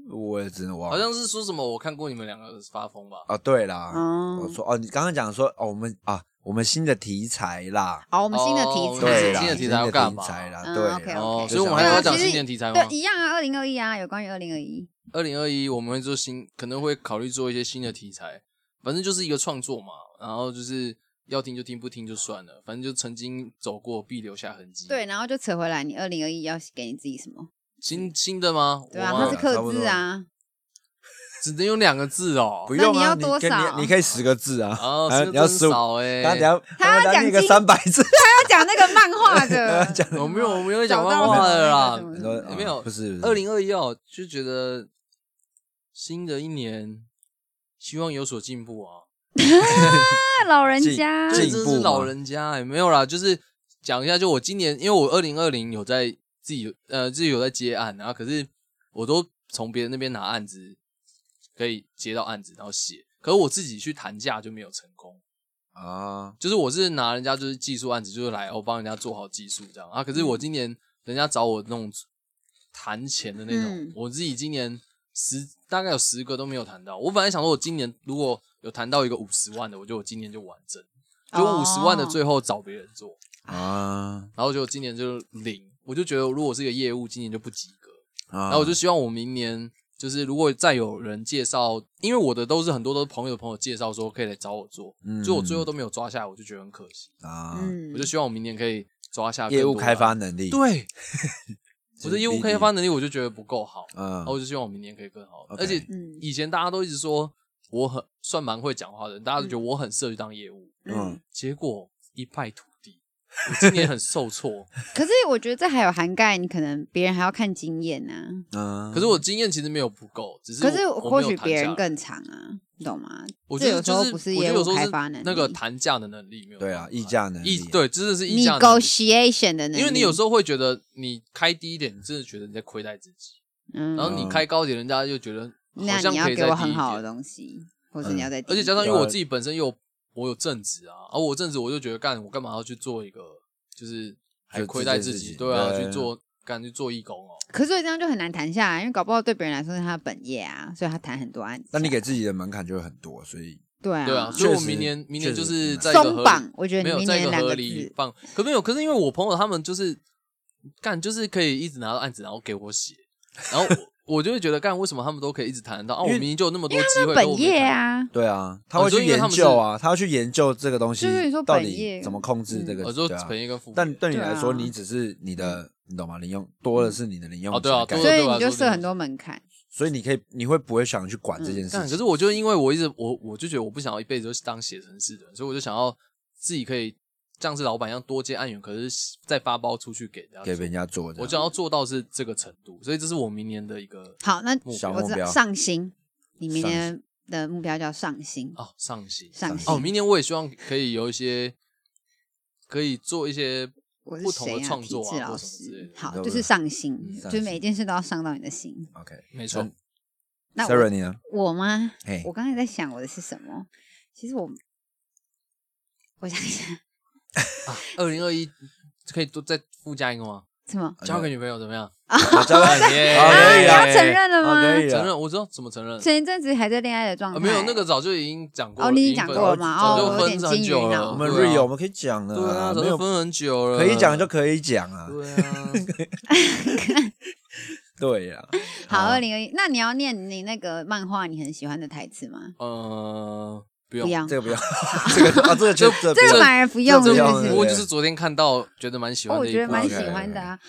Speaker 4: 我也真的忘
Speaker 3: 好
Speaker 4: 了。
Speaker 3: 像是说什么我看过你们两个发疯吧？
Speaker 4: 哦，对啦，
Speaker 2: 哦
Speaker 4: 我说哦，你刚刚讲说哦，我们啊，我们新的题材啦，
Speaker 2: 好，我们新的
Speaker 3: 哦
Speaker 2: 题
Speaker 3: 我们
Speaker 2: 材，
Speaker 4: 对啦，
Speaker 3: 新的
Speaker 4: 题
Speaker 3: 题材要干嘛
Speaker 4: 材啦，
Speaker 2: 嗯
Speaker 4: 对 啦
Speaker 2: OK，OK
Speaker 3: 哦，所
Speaker 4: 就
Speaker 3: 以我们
Speaker 4: 想
Speaker 3: 还
Speaker 4: 要
Speaker 3: 要讲
Speaker 2: 其实
Speaker 3: 新年题材吗
Speaker 2: 对，？一样啊，二零二一啊，有关于二零二一，
Speaker 3: 二零二一我们会做新，可能会考虑做一些新的题材，反正就是一个创作嘛。然后就是要听就听，不听就算了，反正就曾经走过，必留下痕迹。
Speaker 2: 对，，然后就扯回来，你二零二一要给你自己什么？
Speaker 3: 新新的吗？
Speaker 2: 对啊，
Speaker 3: 我
Speaker 2: 它
Speaker 3: 吗
Speaker 2: 是
Speaker 4: 差
Speaker 2: 克
Speaker 4: 不
Speaker 2: 制
Speaker 4: 多
Speaker 2: 啊，
Speaker 3: 只能有两个字哦。
Speaker 4: 不用
Speaker 2: 那你
Speaker 4: 啊，
Speaker 2: 要
Speaker 4: 你
Speaker 2: 多
Speaker 4: 跟
Speaker 2: 少
Speaker 4: 你你可以十个字啊，
Speaker 3: 哦，
Speaker 4: 啊
Speaker 3: 是
Speaker 4: 你要
Speaker 3: 真
Speaker 4: 十五，
Speaker 3: 少 哎、
Speaker 4: 他等下
Speaker 2: 他要
Speaker 4: 等下
Speaker 2: 讲
Speaker 4: 念个
Speaker 2: 清
Speaker 4: 三百 字，
Speaker 2: 要讲那个漫画 的，
Speaker 4: 讲
Speaker 3: 我没有，我没有讲
Speaker 2: 找到
Speaker 3: 漫画的啦
Speaker 2: 什。么
Speaker 4: 很
Speaker 2: 什
Speaker 4: 多
Speaker 2: 么
Speaker 4: 啊
Speaker 3: 没有
Speaker 4: 不是
Speaker 3: 二零二一哦，就觉得新的一年希望有所进步啊。
Speaker 2: 那老人
Speaker 4: 进
Speaker 2: 家
Speaker 3: 这
Speaker 4: 进
Speaker 3: 真
Speaker 4: 步
Speaker 3: 是老
Speaker 4: 吗
Speaker 3: 人家哎、没有啦，就是讲一下，就我今年，因为我二零二零有在自己呃自己有在接案，然后可是我都从别人那边拿案子，可以接到案子然后写，可是我自己去谈价就没有成功，
Speaker 4: 啊，
Speaker 3: 就是我是拿人家就是技术案子，就是来哦我帮人家做好技术这样啊，可是我今年人家找我弄谈钱的那种，
Speaker 2: 嗯
Speaker 3: 我自己今年十大概有十个都没有谈到，我本来想说我今年如果有谈到一个五十万的，我觉得我今年就完整。就
Speaker 2: 哦
Speaker 3: 五十万的最后找别人做，
Speaker 4: 啊
Speaker 3: 然后就今年就零，我就觉得如果是一个业务，今年就不及格。
Speaker 4: 啊！
Speaker 3: 然后我就希望我明年就是如果再有人介绍，因为我的都是很多都是朋友的朋友介绍说可以来找我做，
Speaker 4: 嗯
Speaker 3: 就我最后都没有抓下来，我就觉得很可惜。
Speaker 4: 啊，
Speaker 2: 嗯
Speaker 3: 我就希望我明年可以抓下更
Speaker 4: 业
Speaker 3: 多
Speaker 4: 务开发
Speaker 3: 案
Speaker 4: 能力，
Speaker 3: 子，对啊我的业务
Speaker 4: 比
Speaker 3: 开发哦能力我就觉得不够好，
Speaker 4: 嗯
Speaker 3: 然后我就希望我明年可以更好。
Speaker 4: OK
Speaker 3: 而且
Speaker 2: 嗯
Speaker 3: 以前大家都一直说我很算蛮会讲话的人，大家
Speaker 2: 嗯
Speaker 3: 都觉得我很适合去当业务，
Speaker 4: 嗯，
Speaker 3: 结果一败涂地。我今年很受 挫，
Speaker 2: 可是我觉得这还有涵盖你可能别人还要看经验啊，
Speaker 4: 嗯，
Speaker 3: 可是我经验其实没有不够，只是
Speaker 2: 可是
Speaker 3: 我
Speaker 2: 或
Speaker 3: 我没
Speaker 2: 许
Speaker 3: 有谈
Speaker 2: 别
Speaker 3: 价
Speaker 2: 人更长啊，你懂吗？
Speaker 3: 我
Speaker 2: 这
Speaker 3: 觉得
Speaker 2: 有时
Speaker 3: 就
Speaker 2: 候
Speaker 3: 是
Speaker 2: 不是
Speaker 3: 我觉
Speaker 2: 业
Speaker 3: 得有
Speaker 2: 务
Speaker 3: 时候
Speaker 2: 开
Speaker 3: 是
Speaker 2: 发能力，
Speaker 3: 那个谈价的能力没有
Speaker 4: 对啊
Speaker 3: 办，法
Speaker 4: 议价能力
Speaker 3: 议，对真的是议价能力，
Speaker 2: negotiation 的能力，
Speaker 3: 因为你有时
Speaker 2: 候，
Speaker 3: 候会觉得你开低一点，你真的觉得你在亏待自己，
Speaker 2: 嗯
Speaker 3: 然后你开高点，人家就觉得好
Speaker 2: 那
Speaker 3: 像
Speaker 2: 你要
Speaker 3: 可以
Speaker 2: 给
Speaker 3: 再
Speaker 2: 我
Speaker 3: 低
Speaker 2: 很
Speaker 3: 一
Speaker 2: 好的
Speaker 3: 点，嗯
Speaker 2: 东西，或者你要再低
Speaker 3: 而
Speaker 2: 一点，
Speaker 3: 且加上因为我自己本身又我有正职啊，而我正职我就觉得干我干嘛要去做一个就是还
Speaker 4: 就
Speaker 3: 亏
Speaker 4: 这
Speaker 3: 待
Speaker 4: 件
Speaker 3: 自
Speaker 4: 事
Speaker 3: 己，
Speaker 4: 情
Speaker 3: 对啊，
Speaker 4: 对
Speaker 3: 去做干去做义工哦，
Speaker 2: 可是所以这样就很难谈下来，因为搞不好对别人来说是他的本业啊，所以他谈很多案子啊。
Speaker 4: 那你给自己的门槛就会很多，所以
Speaker 2: 对啊，
Speaker 3: 对啊，所以我明年明年
Speaker 4: 确
Speaker 3: 就
Speaker 4: 实嗯
Speaker 3: 是在一个合
Speaker 2: 松
Speaker 3: 理
Speaker 2: 绑，我觉得
Speaker 3: 没
Speaker 2: 你
Speaker 3: 有
Speaker 2: 明
Speaker 3: 在一
Speaker 2: 年
Speaker 3: 个
Speaker 2: 两
Speaker 3: 合理
Speaker 2: 字，
Speaker 3: 放，可没有，可是因为我朋友他们就是干，就是可以一直拿到案子，然后给我写，然后我我就会觉得干，为什么他们都可以一直谈得到啊？我
Speaker 4: 因为
Speaker 3: 明明就有那么多机会，可我
Speaker 2: 本
Speaker 3: 没
Speaker 2: 业
Speaker 3: 谈，
Speaker 2: 啊，
Speaker 4: 对啊，他
Speaker 3: 哦
Speaker 4: 会
Speaker 3: 你说
Speaker 4: 去
Speaker 3: 因为他
Speaker 4: 研
Speaker 3: 们
Speaker 4: 究啊，他会去研究这个东西
Speaker 2: 就是你说
Speaker 4: 到
Speaker 2: 本业
Speaker 4: 底怎么控制这
Speaker 2: 嗯
Speaker 4: 个
Speaker 3: 我哦说
Speaker 4: 对啊
Speaker 3: 本业跟副业，
Speaker 4: 但对你
Speaker 2: 对
Speaker 4: 来
Speaker 2: 啊
Speaker 4: 说，你只是你的，你懂吗？零用多的是你的零用
Speaker 3: 哦
Speaker 4: 钱
Speaker 3: 对啊
Speaker 4: 的概
Speaker 3: 多
Speaker 2: 所
Speaker 4: 念
Speaker 3: 的
Speaker 2: 以
Speaker 3: 对我来
Speaker 2: 你就
Speaker 3: 说
Speaker 2: 设
Speaker 3: 是
Speaker 2: 很多门槛。
Speaker 4: 所以你可以，你会不会想去管
Speaker 2: 嗯
Speaker 4: 这件事
Speaker 3: 干，
Speaker 4: 情？
Speaker 3: 可是我就因为我一直我我就觉得我不想要一辈子都是当写程式的人，所以我就想要自己可以像是老板一样多接案源，可是再发包出去给大
Speaker 4: 给
Speaker 3: 家做。
Speaker 4: 人家做的，
Speaker 3: 我想要做到是这个程度，所以这是我明年的一个
Speaker 2: 好，那
Speaker 3: 目
Speaker 4: 小
Speaker 3: 标
Speaker 2: 我
Speaker 4: 目
Speaker 2: 知道
Speaker 4: 标
Speaker 2: 上心，你明
Speaker 4: 上
Speaker 2: 年的目标叫上心，
Speaker 3: 啊上行
Speaker 2: 上
Speaker 3: 哦，
Speaker 2: 心。
Speaker 3: 明年我也希望可以有一些，可以做一些
Speaker 2: 我
Speaker 3: 哦不
Speaker 2: 是
Speaker 3: 同的
Speaker 2: 谁啊？
Speaker 3: 创
Speaker 2: 体
Speaker 3: 作
Speaker 2: 制
Speaker 3: 啊，
Speaker 2: 老
Speaker 3: 或什么之类
Speaker 2: 师
Speaker 3: 的，。
Speaker 2: 好，
Speaker 4: 对
Speaker 2: 就
Speaker 4: 不
Speaker 2: 是
Speaker 4: 对
Speaker 2: 上心，
Speaker 4: 嗯
Speaker 2: 就是每一件事都要上到你的心。
Speaker 4: OK。
Speaker 3: 没错
Speaker 4: 嗯，
Speaker 2: 那
Speaker 4: s a r a
Speaker 2: 我
Speaker 4: 你呢？
Speaker 2: 我吗
Speaker 4: 嘿？
Speaker 2: 我刚才在想我的是什么？其实我，我想一下，
Speaker 3: 二零二一可以多再附加一个吗？
Speaker 2: 什 么？
Speaker 3: 交给女朋友怎么样？
Speaker 4: 我 交给
Speaker 3: 哎耶
Speaker 4: 好可
Speaker 2: 啊，
Speaker 4: 以
Speaker 2: 你
Speaker 4: 啊
Speaker 2: 要承认了吗？
Speaker 4: 可以
Speaker 3: 承
Speaker 4: 啊，
Speaker 3: 认，我知道怎么承认。
Speaker 2: 前一阵子还在恋爱的状态、
Speaker 3: 啊没有，那个早就已经讲过了，
Speaker 2: 哦你已经
Speaker 3: 已经
Speaker 2: 讲
Speaker 3: 分
Speaker 2: 过了吗
Speaker 3: 早
Speaker 4: 哦
Speaker 3: 就
Speaker 4: 我
Speaker 2: 有
Speaker 3: 分
Speaker 2: 点
Speaker 3: 很
Speaker 2: 惊
Speaker 3: 久
Speaker 2: 晕啊
Speaker 3: 了。
Speaker 4: 我们
Speaker 3: 对啊
Speaker 4: real 我们可以讲了
Speaker 3: 对啊，
Speaker 4: 啊，
Speaker 3: 早
Speaker 4: 没
Speaker 3: 就
Speaker 4: 有
Speaker 3: 分很久了，
Speaker 4: 可以讲就可以讲啊，
Speaker 3: 对啊，
Speaker 4: 对呀，
Speaker 2: 好，二零二一，那你要念你那个漫画你很喜欢的台词吗？
Speaker 3: 呃，不
Speaker 2: 不
Speaker 3: 用，
Speaker 2: 要，
Speaker 4: 这个 不要，这个啊，这个就
Speaker 2: 这
Speaker 4: 这不
Speaker 2: 个
Speaker 4: 要
Speaker 2: 反而不用，
Speaker 4: 这
Speaker 2: 是
Speaker 4: 个
Speaker 2: 不
Speaker 4: 不
Speaker 2: 是
Speaker 4: 用
Speaker 3: 不？过就是昨天看到，觉得蛮喜
Speaker 2: 哦，
Speaker 3: 欢
Speaker 2: 我
Speaker 3: 的一
Speaker 2: 觉
Speaker 3: 部，
Speaker 2: 得蛮喜
Speaker 4: OK，OK，OK
Speaker 2: 欢的啊。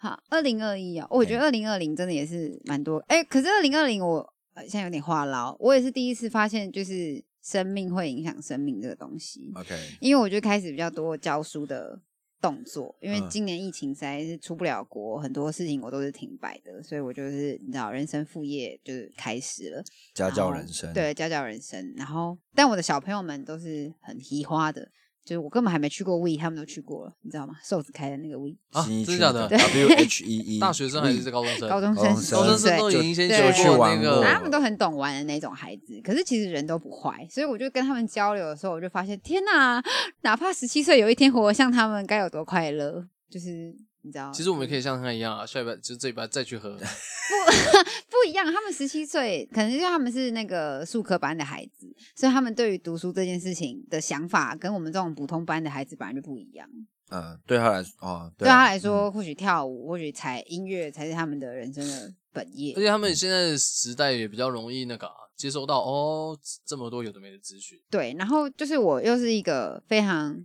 Speaker 2: 好，二零二一啊，哦我觉得二零二零真的也是蛮多。哎、可是二零二零我呃现在有点话痨，我也是第一次发现，就是生命会影响生命这个东西。
Speaker 4: OK，
Speaker 2: 因为我就开始比较多教书的动作，因为
Speaker 4: 嗯
Speaker 2: 今年疫情实在是出不了国，很多事情我都是停摆的，所以我就是你知道，人生副业就是开始了。
Speaker 4: 家
Speaker 2: 然
Speaker 4: 教
Speaker 2: 后
Speaker 4: 人生，，
Speaker 2: 对，家教人生。然后，但我的小朋友们都是很提花的，就是我根本还没去过 We，他们都去过了，你知道吗？瘦子开的那个 We，
Speaker 3: 啊
Speaker 4: 新一
Speaker 3: 真
Speaker 4: 区
Speaker 3: 的假的
Speaker 4: W H E E，
Speaker 3: 大学生还是高中生，
Speaker 2: 高中
Speaker 4: 高
Speaker 2: 生
Speaker 4: 中
Speaker 2: 十
Speaker 4: 生
Speaker 2: 七
Speaker 3: 高中
Speaker 2: 岁
Speaker 3: 生都已经先
Speaker 2: 对
Speaker 3: 学过那
Speaker 4: 就去玩过
Speaker 2: 啊
Speaker 3: 个
Speaker 2: 他们都很懂玩的那种孩子，可是其实人都不坏，所以我就跟他们交流的时候，我就发现，天哪，哪怕十七岁有一天活得像他们，该有多快乐！就是你知道，
Speaker 3: 其实我们也可以像他一样啊，下一班就这一班再去喝，
Speaker 2: 不一样，他们十七岁，可能就像他们是那个数科班的孩子，所以他们对于读书这件事情的想法，跟我们这种普通班的孩子本来就不一样。
Speaker 4: 嗯，对他来说，哦，
Speaker 2: 对他
Speaker 4: 啊
Speaker 2: 来，
Speaker 3: 嗯
Speaker 2: 说，或许跳舞，或许才音乐才是他们的人生的本业
Speaker 3: 而。且他们现在的时代也比较容易那个、啊、接收到哦这么多有的没的资讯，
Speaker 2: 对，然后就是我又是一个非常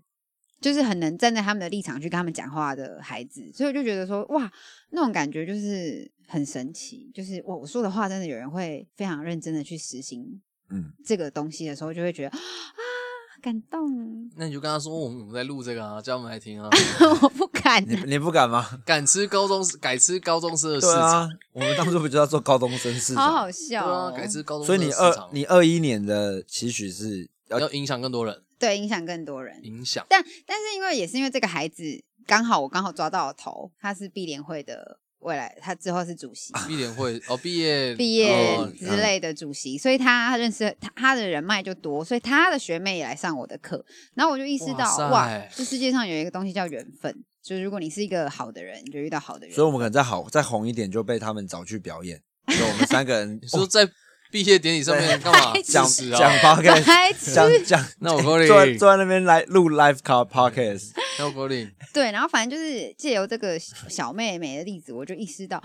Speaker 2: 就是很能站在他们的立场去跟他们讲话的孩子，所以我就觉得说，哇，那种感觉就是很神奇，就是我我说的话真的有人会非常认真的去实行
Speaker 4: 嗯
Speaker 2: 这个东西的时候，就会觉得啊感 动，
Speaker 3: 那你就跟他说我们我们在录这个啊，叫他们 来听啊，
Speaker 2: 我不敢、
Speaker 4: 嗯，你你不敢吗？
Speaker 3: 敢吃高中改吃高中生的市
Speaker 4: 对
Speaker 3: 场，
Speaker 4: 啊，我们当初不就要做高中生市
Speaker 2: 好
Speaker 4: 场，
Speaker 2: 好笑、
Speaker 3: 啊，
Speaker 2: 哦，
Speaker 3: 改吃高中
Speaker 4: 所
Speaker 3: 生的
Speaker 4: 以你
Speaker 3: 市
Speaker 4: 二
Speaker 3: 场，
Speaker 4: 你二一年的期许是要
Speaker 3: 要影响更多人，
Speaker 2: 对影响更多人，
Speaker 3: 影响
Speaker 2: 但但是因为也是因为这个孩子刚好我刚好抓到了头，他是碧莲会的未来，他之后是主席。
Speaker 3: 毕联会哦毕业
Speaker 2: 毕业
Speaker 4: 嗯
Speaker 3: 哦
Speaker 2: 之类的主席，所以他认识他他的人脉就多，所以他的学妹也来上我的课，然后我就意识到
Speaker 3: 哇塞
Speaker 2: 哇这世界上有一个东西叫缘分，就是如果你是一个好的人，你就遇到好的人。
Speaker 4: 所以我们可能再好再红一点就被他们找去表演，所以我们三 个人
Speaker 3: 你说在毕业典礼上面干嘛
Speaker 4: 讲
Speaker 3: 支持
Speaker 4: 讲
Speaker 3: 啊？
Speaker 4: podcast，
Speaker 2: 白痴
Speaker 4: 讲讲
Speaker 3: 那我
Speaker 4: 坐
Speaker 3: 够力，
Speaker 4: 在坐在那边来录 live car podcast，
Speaker 3: 那我够力，
Speaker 2: 对，然后反正就是借由这个小妹妹的例子，我就意识到，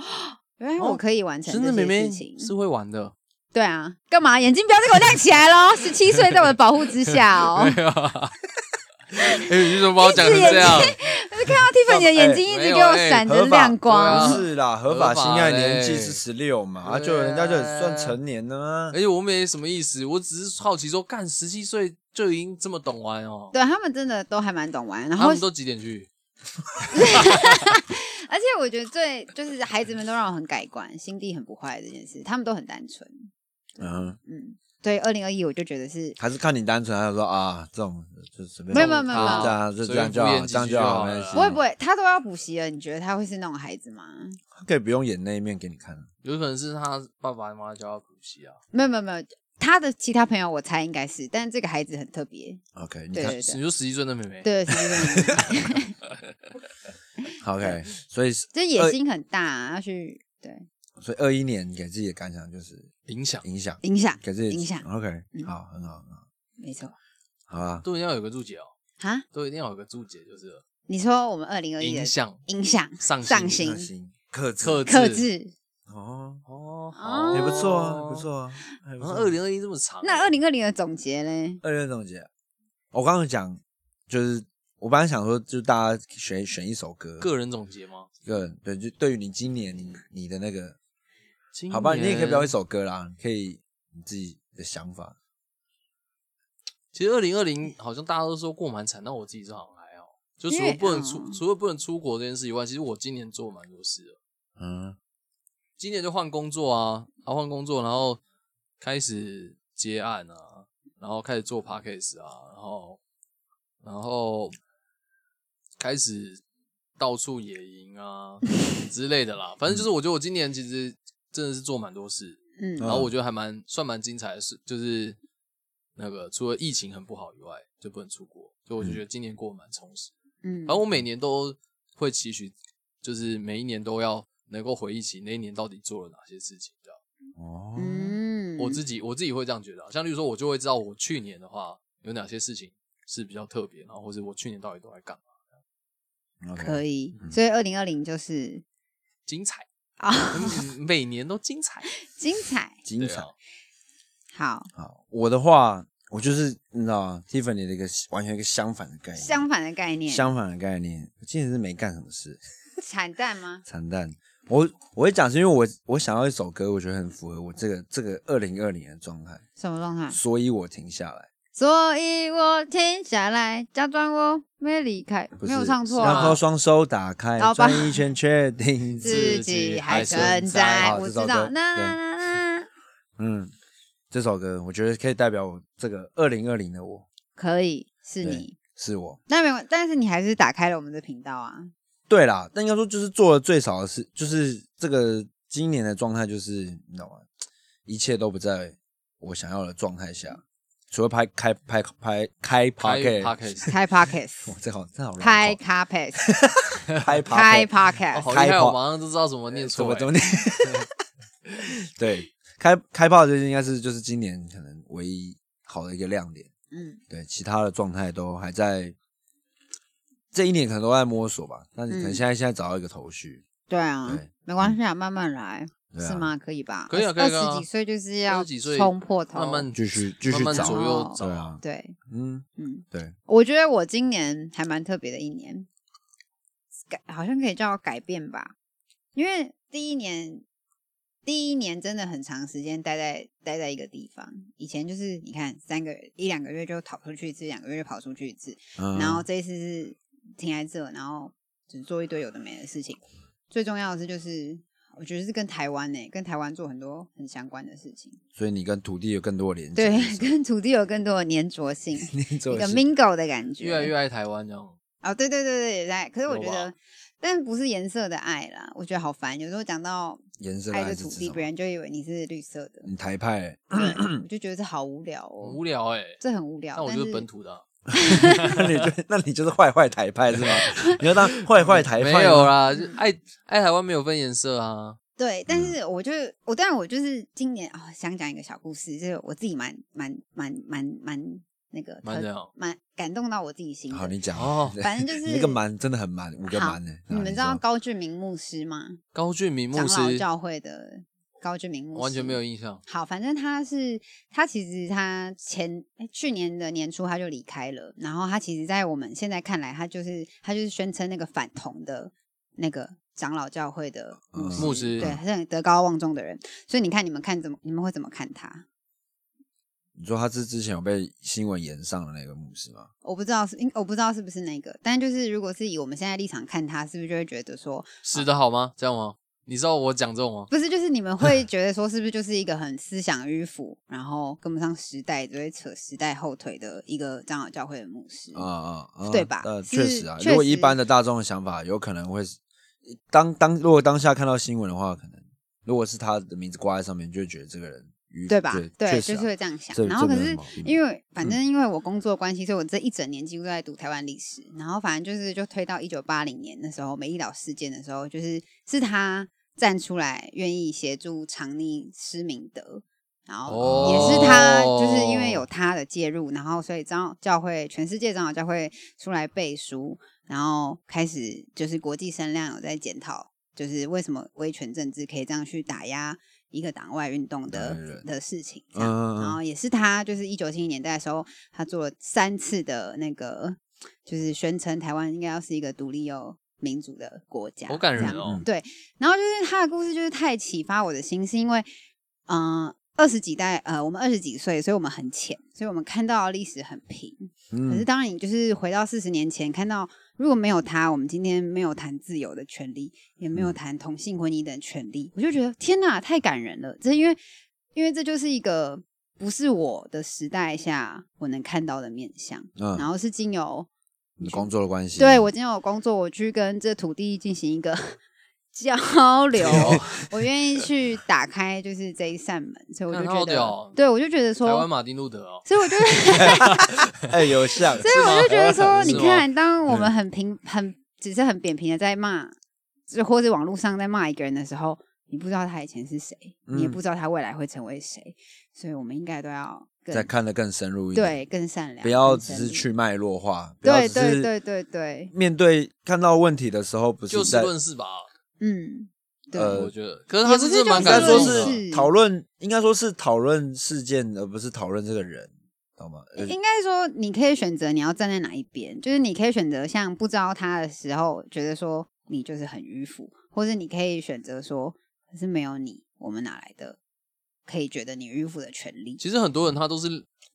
Speaker 2: 原来我可以完成
Speaker 3: 真的
Speaker 2: 这
Speaker 3: 妹
Speaker 2: 些
Speaker 3: 妹
Speaker 2: 事情。
Speaker 3: 哦是会玩的，
Speaker 2: 对啊，干嘛？眼睛不要再给我亮起来喽！十七岁在我的保护之下 哦，
Speaker 3: 对啊。哎，你为什么把我讲成这样？
Speaker 2: 就是看到 Tiffany 的眼睛一直
Speaker 3: 没有
Speaker 2: 给我
Speaker 3: 哎
Speaker 2: 闪着
Speaker 4: 合法
Speaker 2: 亮光。
Speaker 3: 对啊
Speaker 4: 不是啦，合法
Speaker 3: 合
Speaker 4: 性
Speaker 3: 法
Speaker 4: 爱年纪
Speaker 3: 嘞
Speaker 4: 是十六嘛，啊，
Speaker 3: 对
Speaker 4: 就人家就
Speaker 3: 啊
Speaker 4: 算成年了啊
Speaker 3: 而。且哎我没什么意思，我只是好奇说，干十七岁就已经这么懂玩哦。
Speaker 2: 对他们真的都还蛮懂玩，然
Speaker 3: 他
Speaker 2: 后
Speaker 3: 们都几点去？
Speaker 2: 而且我觉得最就是孩子们都让我很改观，心地很不坏这件事，他们都很单纯。
Speaker 4: 嗯，
Speaker 2: 嗯，对，二零二一我就觉得是
Speaker 4: 还是看你单纯，他就说啊，这种就随便弄，
Speaker 2: 没有没有没有没
Speaker 4: 啊
Speaker 2: 有
Speaker 4: 这样就这样就
Speaker 3: 随
Speaker 4: 好，
Speaker 3: 便敷衍几
Speaker 4: 这样
Speaker 3: 句
Speaker 4: 就
Speaker 3: 就
Speaker 4: 好，
Speaker 3: 好
Speaker 4: 没关
Speaker 3: 了
Speaker 4: 系
Speaker 2: 不会不会，他都要补习了，你觉得他会是那种孩子吗？
Speaker 4: 可以不用演那一面给你看。啊
Speaker 3: 有可能是他爸爸妈妈教他补习啊。
Speaker 2: 没有没有没有，他的其他朋友我猜应该是，但是这个孩子很特 别，
Speaker 4: OK，你
Speaker 2: 对
Speaker 4: 看
Speaker 2: 对
Speaker 3: 你
Speaker 2: 对。
Speaker 3: 说十一岁的妹妹，
Speaker 2: 对，是这样子
Speaker 4: OK，所以
Speaker 2: 就
Speaker 3: 呃
Speaker 2: 野心很大、啊，要去对
Speaker 4: 所以二一年给自己的感想就是
Speaker 3: 影响
Speaker 4: 影响，
Speaker 2: 影响，
Speaker 4: 给自己
Speaker 2: 影响
Speaker 4: OK，
Speaker 2: 嗯
Speaker 4: 好，很好，很好，
Speaker 2: 没错
Speaker 4: 好啊。
Speaker 3: 都一定要有个注解哦，
Speaker 2: 啊。
Speaker 3: 都一定要有个注解，就是了
Speaker 2: 你说我们二零二一的
Speaker 3: 影响
Speaker 2: 影响
Speaker 3: 上
Speaker 2: 上
Speaker 3: 心
Speaker 2: 心
Speaker 4: 那行，克制
Speaker 3: 克
Speaker 2: 克制，
Speaker 4: 哦，
Speaker 3: 哦，
Speaker 2: 哦
Speaker 4: 也不错啊，不。错啊，还不
Speaker 3: 然后
Speaker 4: 错。
Speaker 3: 二零二一这么长，
Speaker 2: 那二零二零的总结嘞？
Speaker 4: 二月总结，我刚刚讲就是我本来想说，就大家选选一首歌，
Speaker 3: 个人总结吗？
Speaker 4: 一个对，就对于你今年你你的那个，
Speaker 3: 今
Speaker 4: 好吧，你
Speaker 3: 年
Speaker 4: 也可以表一首歌啦，可以你自己的想法。
Speaker 3: 其实二零二零好像大家都说过蛮惨，但我自己是好像还好。就除了不能
Speaker 2: 因为
Speaker 3: 出，
Speaker 2: 嗯
Speaker 3: 除了不能出国这件事以外，其实我今年做蛮多事的。
Speaker 4: 嗯，
Speaker 3: 今年就换工作啊，啊换工作，然后开始接案啊，然后开始做 podcast 啊，然后然后开始到处野营 啊之类的啦。反正就是我觉得我今年其实真的是做蛮多事，
Speaker 2: 嗯，
Speaker 3: 然后我觉得还蛮算蛮精彩的事，就是那个除了疫情很不好以外，就不能出国，所以我就觉得今年过得蛮充实。
Speaker 2: 嗯
Speaker 3: 反正我每年都会期许，就是每一年都要能够回忆起那一年到底做了哪些事情这样。
Speaker 4: 哦，
Speaker 2: 嗯，
Speaker 3: 我自己我自己会这样觉得啊，像例如说，我就会知道我去年的话有哪些事情是比较特别，然后或者我去年到底都在干嘛，
Speaker 2: 可
Speaker 4: 以，
Speaker 2: 以，
Speaker 4: 嗯
Speaker 2: 所以二零二零就是
Speaker 3: 精彩
Speaker 2: 啊，
Speaker 3: 嗯每年都精彩，
Speaker 2: 精彩。
Speaker 4: 精
Speaker 3: 对
Speaker 4: 彩
Speaker 3: 啊。
Speaker 2: 好，
Speaker 4: 好，我的话，我就是你知道啊，Tiffany 的一个完全一个相反的概念，
Speaker 2: 相反的概念，
Speaker 4: 相反的概念，我今年是没干什么事，
Speaker 2: 惨淡吗？
Speaker 4: 惨淡。我我会讲是因为我我想要一首歌，我觉得很符合我这个这个二零二零的状态，
Speaker 2: 什么状态？
Speaker 4: 所以我停下来。
Speaker 2: 所以我停下来，假装我没离开，
Speaker 4: 不
Speaker 2: 没
Speaker 4: 是
Speaker 2: 有唱错
Speaker 4: 然后
Speaker 2: 啊。
Speaker 4: 双手打开
Speaker 2: 好，吧
Speaker 4: 转一圈，确定自
Speaker 2: 自己还存在，
Speaker 4: 好
Speaker 2: 我知
Speaker 4: 这首
Speaker 2: 道。
Speaker 4: 歌
Speaker 2: 那那那那，
Speaker 4: 嗯，这首歌我觉得可以代表我这个二零二零的我，
Speaker 2: 可以是
Speaker 4: 对
Speaker 2: 你，
Speaker 4: 是我。
Speaker 2: 那没关，但是你还是打开了我们的频道啊。
Speaker 4: 对啦，但应该说就是做的最少的事，就是这个今年的状态就是你知道吗？一切都不在我想要的状态下，除了拍开拍拍
Speaker 3: 拍
Speaker 4: 开 p o c
Speaker 3: podcast，
Speaker 2: 开
Speaker 4: 哇
Speaker 2: podcast，，
Speaker 4: 这好这好绕口哦
Speaker 2: 开 carpet，
Speaker 4: 拍
Speaker 2: 开
Speaker 4: podcast，
Speaker 3: 哦
Speaker 2: podcast，
Speaker 3: 好厉害，
Speaker 4: 开
Speaker 3: 我
Speaker 4: 炮
Speaker 3: 马上就知道怎么念
Speaker 4: 怎
Speaker 3: 错
Speaker 4: 么
Speaker 3: 欸
Speaker 4: 怎么念？ 对，开开炮就是应该是就是今年可能唯一好的一个亮点。
Speaker 2: 嗯，
Speaker 4: 对，其他的状态都还在这一年可能都在摸索吧，但是可能
Speaker 2: 嗯
Speaker 4: 现在、现在找到一个头绪，
Speaker 2: 对啊
Speaker 4: 对，
Speaker 2: 没关系啊，慢慢来，
Speaker 4: 对啊
Speaker 2: 是？吗？可以吧？
Speaker 3: 可以啊可以
Speaker 2: 二
Speaker 3: 啊可以啊
Speaker 2: 十几岁就是要
Speaker 3: 二十几岁
Speaker 2: 冲破头，
Speaker 3: 慢慢
Speaker 4: 继续继续
Speaker 3: 慢慢
Speaker 4: 找
Speaker 3: 左右找
Speaker 4: 对，啊，
Speaker 2: 对，
Speaker 4: 嗯，
Speaker 2: 嗯，
Speaker 4: 对，
Speaker 2: 我觉得我今年还蛮特别的一年，改好像可以叫改变吧，因为第一年，第一年真的很长时间待在待在一个地方，以前就是你看三个一两个月就跑出去一次，两个月就跑出去一次，
Speaker 4: 嗯
Speaker 2: 然后这一次是停在这，然后只做一堆有的没的事情。最重要的是，就是我觉得是跟台湾呢、跟台湾做很多很相关的事情，
Speaker 4: 所以你跟土地有更多的连接，
Speaker 2: 对，跟土地有更多的粘着 性，一
Speaker 4: 你做
Speaker 2: 个
Speaker 4: 的是
Speaker 2: mingle 的感觉，
Speaker 3: 越来越爱台湾这样。
Speaker 2: 哦，对对对对，也在。可是我
Speaker 3: 有啊
Speaker 2: 觉得，但不是颜色的爱啦，我觉得好烦。有时候讲到
Speaker 4: 颜色的
Speaker 2: 爱
Speaker 4: 爱
Speaker 2: 着
Speaker 4: 是
Speaker 2: 土
Speaker 4: 指
Speaker 2: 地，
Speaker 4: 什
Speaker 2: 别
Speaker 4: 么
Speaker 2: 人就以为你是绿色 的，
Speaker 4: 你台派 欸
Speaker 2: 对，我就觉得这好无聊
Speaker 3: 很
Speaker 2: 哦
Speaker 3: 无，聊哎、
Speaker 2: 这很无聊。
Speaker 3: 那我
Speaker 2: 但
Speaker 3: 就是本土的啊、
Speaker 4: 那你就那你就是坏坏台派是 吗？你要当坏坏台
Speaker 3: 没
Speaker 4: 派
Speaker 3: 有啊
Speaker 4: 吗，
Speaker 3: 啦，就爱爱台湾没有分颜色啊。
Speaker 2: 对，但是我就我，但我就是今年啊、想讲一个小故事，就是我自己蛮蛮蛮蛮蛮那个
Speaker 3: 蛮
Speaker 2: 特
Speaker 3: 怎样
Speaker 2: 蛮感动到我自己心
Speaker 4: 好，
Speaker 2: 的。
Speaker 4: 你讲
Speaker 3: 哦
Speaker 4: 对
Speaker 2: 反正就是
Speaker 4: 你那个蛮真的很蛮，五个
Speaker 2: 好
Speaker 4: 蛮呢。
Speaker 2: 你
Speaker 4: 啊
Speaker 2: 们知道
Speaker 4: 说
Speaker 2: 高俊明牧师吗？
Speaker 3: 高俊明牧
Speaker 2: 长老
Speaker 3: 师
Speaker 2: 教会的高俊明牧师啊
Speaker 3: 完全没有印象。
Speaker 2: 好，反正他是他其实他前诶去年的年初他就离开了，然后他其实，在我们现在看来，他就是他就是宣称那个反同的那个长老教会的牧
Speaker 4: 嗯
Speaker 2: 师，
Speaker 3: 呃牧师
Speaker 2: 对，他是很德高望重的人，所以你看你们看怎么你们会怎么看他？
Speaker 4: 你说他是之前有被新闻延上的那个牧师吗？
Speaker 2: 我不知道是，应我不知道是不是那个，但就是如果是以我们现在立场看他，是不是就会觉得说，
Speaker 3: 死的好吗？这样吗？你知道我讲这种吗？
Speaker 2: 不是，就是你们 会觉得说，是不是就是一个很思想迂腐，然后跟不上时代，只会扯时代后腿的一个长老教会的牧师
Speaker 4: 啊啊啊！
Speaker 2: 嗯对吧
Speaker 4: 呃，
Speaker 2: 是
Speaker 4: 确实啊，
Speaker 2: 确
Speaker 4: 如果一
Speaker 2: 实
Speaker 4: 般的大众的想法，有可能会是当当如果当下看到新闻的话，可能如果是他的名字挂在上面，就会觉得这个人愚
Speaker 2: 对吧？对，就
Speaker 4: 确实啊
Speaker 2: 是会这样想
Speaker 4: 这。
Speaker 2: 然后
Speaker 4: 这
Speaker 2: 可
Speaker 4: 没
Speaker 2: 是
Speaker 4: 什么毛病嗯
Speaker 2: 因为反正因为我工作关系，所以我这一整年几乎都在读台湾历史。然后反正就是就推到一九八零年那时候美丽岛事件的时候，就是是他站出来愿意协助藏匿施明德。然后也是他，就是因
Speaker 4: 哦
Speaker 2: 为有他的介入，然后所以长老教会全世界长老教会出来背书，然后开始就是国际声量有在检讨，就是为什么威权政治可以这样去打压一个党外运动
Speaker 4: 当然
Speaker 2: 的的事情，这样。
Speaker 4: 嗯，
Speaker 2: 然
Speaker 4: 嗯嗯
Speaker 2: 后也是他，就是一九七零年代的时候，他做了三次的那个，就是宣称台湾应该要是一个独立又民主的国家，
Speaker 3: 好感人
Speaker 2: 这样
Speaker 3: 哦！
Speaker 2: 对，然后就是他的故事就是太启发我的心，是因为，嗯、二十几代，呃，我们二十几岁，所以我们很浅，所以我们看到的历史很平。
Speaker 4: 嗯
Speaker 2: 可是当然，你就是回到四十年前，看到如果没有他，我们今天没有谈自由的权利，也
Speaker 3: 嗯
Speaker 2: 没有谈同性婚姻的权利，我就觉得天哪，太感人了！这因为因为这就是一个不是我的时代下我能看到的面相，然
Speaker 4: 嗯，
Speaker 2: 后是经由
Speaker 4: 你的工作的关系，
Speaker 2: 对我今天有工作，我去跟这土地进行一个 交流，
Speaker 3: 哦
Speaker 2: 我愿意去打开就是这一扇门，所 以我
Speaker 3: 看
Speaker 2: 就
Speaker 3: 他好
Speaker 2: 觉得，
Speaker 3: 屌哦
Speaker 2: 对我就觉得
Speaker 3: 台湾
Speaker 2: 说，
Speaker 3: 马丁路德哦，
Speaker 2: 所以我就。
Speaker 4: 哎，有像，
Speaker 2: 所以我就觉得说，
Speaker 3: 是
Speaker 2: 你
Speaker 3: 吗
Speaker 4: 嗯
Speaker 2: 看，当我们很平、很只是很扁平的在骂就或是网络上在骂一个人的时候，你不知道他以前是谁，你也
Speaker 4: 嗯
Speaker 2: 不知道他未来会成为谁，所以我们应该都要更
Speaker 4: 再看得更深入一点，
Speaker 2: 对更善良，
Speaker 4: 不要
Speaker 2: 更
Speaker 4: 只
Speaker 2: 深
Speaker 4: 是
Speaker 2: 入
Speaker 4: 去脉络化，不要
Speaker 2: 对
Speaker 4: 只
Speaker 2: 对
Speaker 4: 是
Speaker 2: 对对对，
Speaker 4: 面对看到问题的时候，不
Speaker 3: 就是事
Speaker 4: 在
Speaker 3: 论事吧，
Speaker 2: 嗯，对，
Speaker 4: 呃
Speaker 3: 我觉得。可是他
Speaker 2: 也不
Speaker 3: 是
Speaker 2: 是
Speaker 3: 真的蛮
Speaker 4: 应
Speaker 2: 就
Speaker 4: 该
Speaker 3: 感
Speaker 2: 是
Speaker 3: 动
Speaker 4: 说
Speaker 2: 论
Speaker 3: 的，
Speaker 4: 是
Speaker 2: 事
Speaker 4: 讨论，应该说是讨论事件，而不是讨论这个人，懂吗？呃
Speaker 2: 应该说，你可以选择你要站在哪一边，就是你可以选择像不知道他的时候，觉得说你就是很迂腐，或者你可以选择说，可是没有你，我们哪来的可以觉得你迂腐的权利？
Speaker 3: 其实很多人他都是，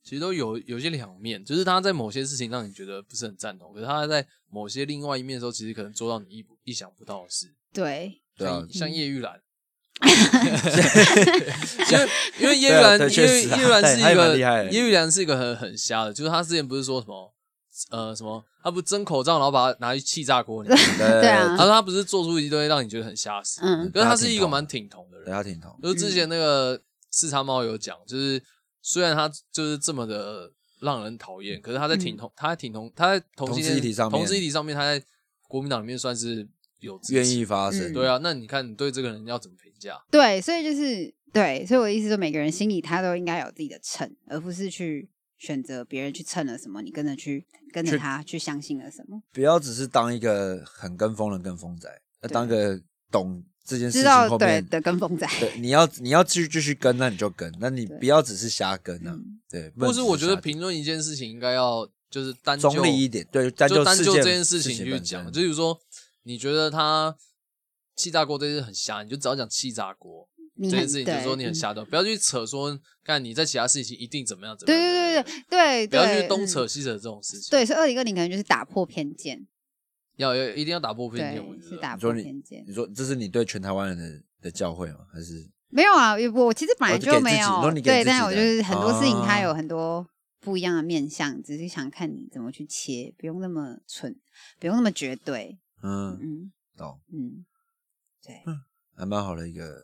Speaker 3: 其实都有有些两面，就是他在某些事情让你觉得不是很赞同，可是他在某些另外一面的时候，其实可能做到你意不意想不到的事。
Speaker 2: 对，
Speaker 4: 对啊
Speaker 3: 像，像叶玉 兰，因
Speaker 4: 像
Speaker 3: 为因为叶玉
Speaker 4: 对啊
Speaker 3: 兰，
Speaker 4: 对
Speaker 3: 叶
Speaker 4: 确
Speaker 3: 玉
Speaker 4: 实啊
Speaker 3: 叶玉兰
Speaker 4: 对
Speaker 3: 是
Speaker 4: 她
Speaker 3: 一
Speaker 4: 也蛮
Speaker 3: 个
Speaker 4: 厉害的
Speaker 3: 叶玉兰是一个很很瞎的，就是他之前不是说什么呃什么，他不是蒸口罩，然后把它拿去气炸锅里 面，
Speaker 4: 呃
Speaker 2: 对啊
Speaker 3: 他说他不是做出一堆让你觉得很瞎的事，
Speaker 2: 嗯，
Speaker 3: 可是他是一个蛮挺同的人
Speaker 4: 对，啊嗯他挺同，
Speaker 3: 就是之前那个四叉猫有讲，就是虽然他就是这么的让人讨厌，可是他在挺同，他在挺同，他在同性
Speaker 4: 嗯同志议题上面
Speaker 3: 同志议题上面，他在国民党里面算是有支持
Speaker 4: 愿意。发声
Speaker 2: 嗯，
Speaker 3: 对啊，那你看你对这个人要怎么评价？
Speaker 2: 对，所以就是对，所以我的意思说，每个人心里他都应该有自己的秤，而不是去选择别人去蹭了什么，你跟着去跟着
Speaker 4: 去
Speaker 2: 他去相信了什么，
Speaker 4: 不要只是当一个很跟风的跟风仔，要
Speaker 2: 对
Speaker 4: 当个懂这件事
Speaker 2: 知
Speaker 4: 情
Speaker 2: 道
Speaker 4: 后
Speaker 2: 对
Speaker 4: 面
Speaker 2: 的跟风仔，
Speaker 4: 对，你要你要继续继续跟，那你就跟，那你
Speaker 2: 对
Speaker 4: 不要只是瞎跟啊
Speaker 2: 嗯，
Speaker 4: 对，不能
Speaker 3: 或是我
Speaker 4: 只
Speaker 3: 觉
Speaker 4: 是瞎
Speaker 3: 得评论一件事情应该要就是单就
Speaker 4: 中立一点，对，单
Speaker 3: 就单
Speaker 4: 事
Speaker 3: 就
Speaker 4: 件
Speaker 3: 这件事情
Speaker 4: 情
Speaker 3: 去
Speaker 4: 本
Speaker 3: 讲，
Speaker 4: 身
Speaker 3: 就比如说你觉得他气炸锅这件事很瞎，你就只要讲气炸锅
Speaker 2: 你
Speaker 3: 这
Speaker 2: 很
Speaker 3: 件事情，就
Speaker 2: 对
Speaker 3: 说你很
Speaker 2: 嗯
Speaker 3: 瞎的，不要去扯说看你在其他事情一定怎么样怎么
Speaker 2: 对对对
Speaker 3: 样。对
Speaker 2: 对对，
Speaker 3: 不要
Speaker 2: 对
Speaker 3: 去东
Speaker 2: 嗯
Speaker 3: 扯西扯这种事情。
Speaker 2: 对，所以二零二零可能就是打破偏见，
Speaker 3: 要要一定要打破
Speaker 2: 对
Speaker 3: 偏见，我，觉
Speaker 2: 是
Speaker 3: 得
Speaker 2: 打
Speaker 4: 你说
Speaker 2: 破
Speaker 4: 你
Speaker 2: 偏见。
Speaker 4: 你说这是你对全台湾人的的教诲吗？还是
Speaker 2: 没有啊，我其实本
Speaker 4: 哦
Speaker 2: 来
Speaker 4: 就给自
Speaker 2: 没
Speaker 4: 己你
Speaker 2: 有
Speaker 4: 说你给
Speaker 2: 对，
Speaker 4: 自
Speaker 2: 但
Speaker 4: 己
Speaker 2: 是我就
Speaker 4: 的
Speaker 2: 是很多事情它
Speaker 4: 啊
Speaker 2: 有很多不一样的面向，只是想看你怎么去切，不用那么蠢，不用那么绝对。
Speaker 4: 嗯，
Speaker 2: 嗯
Speaker 4: 懂，
Speaker 2: 嗯，对，
Speaker 4: 还蛮好的一个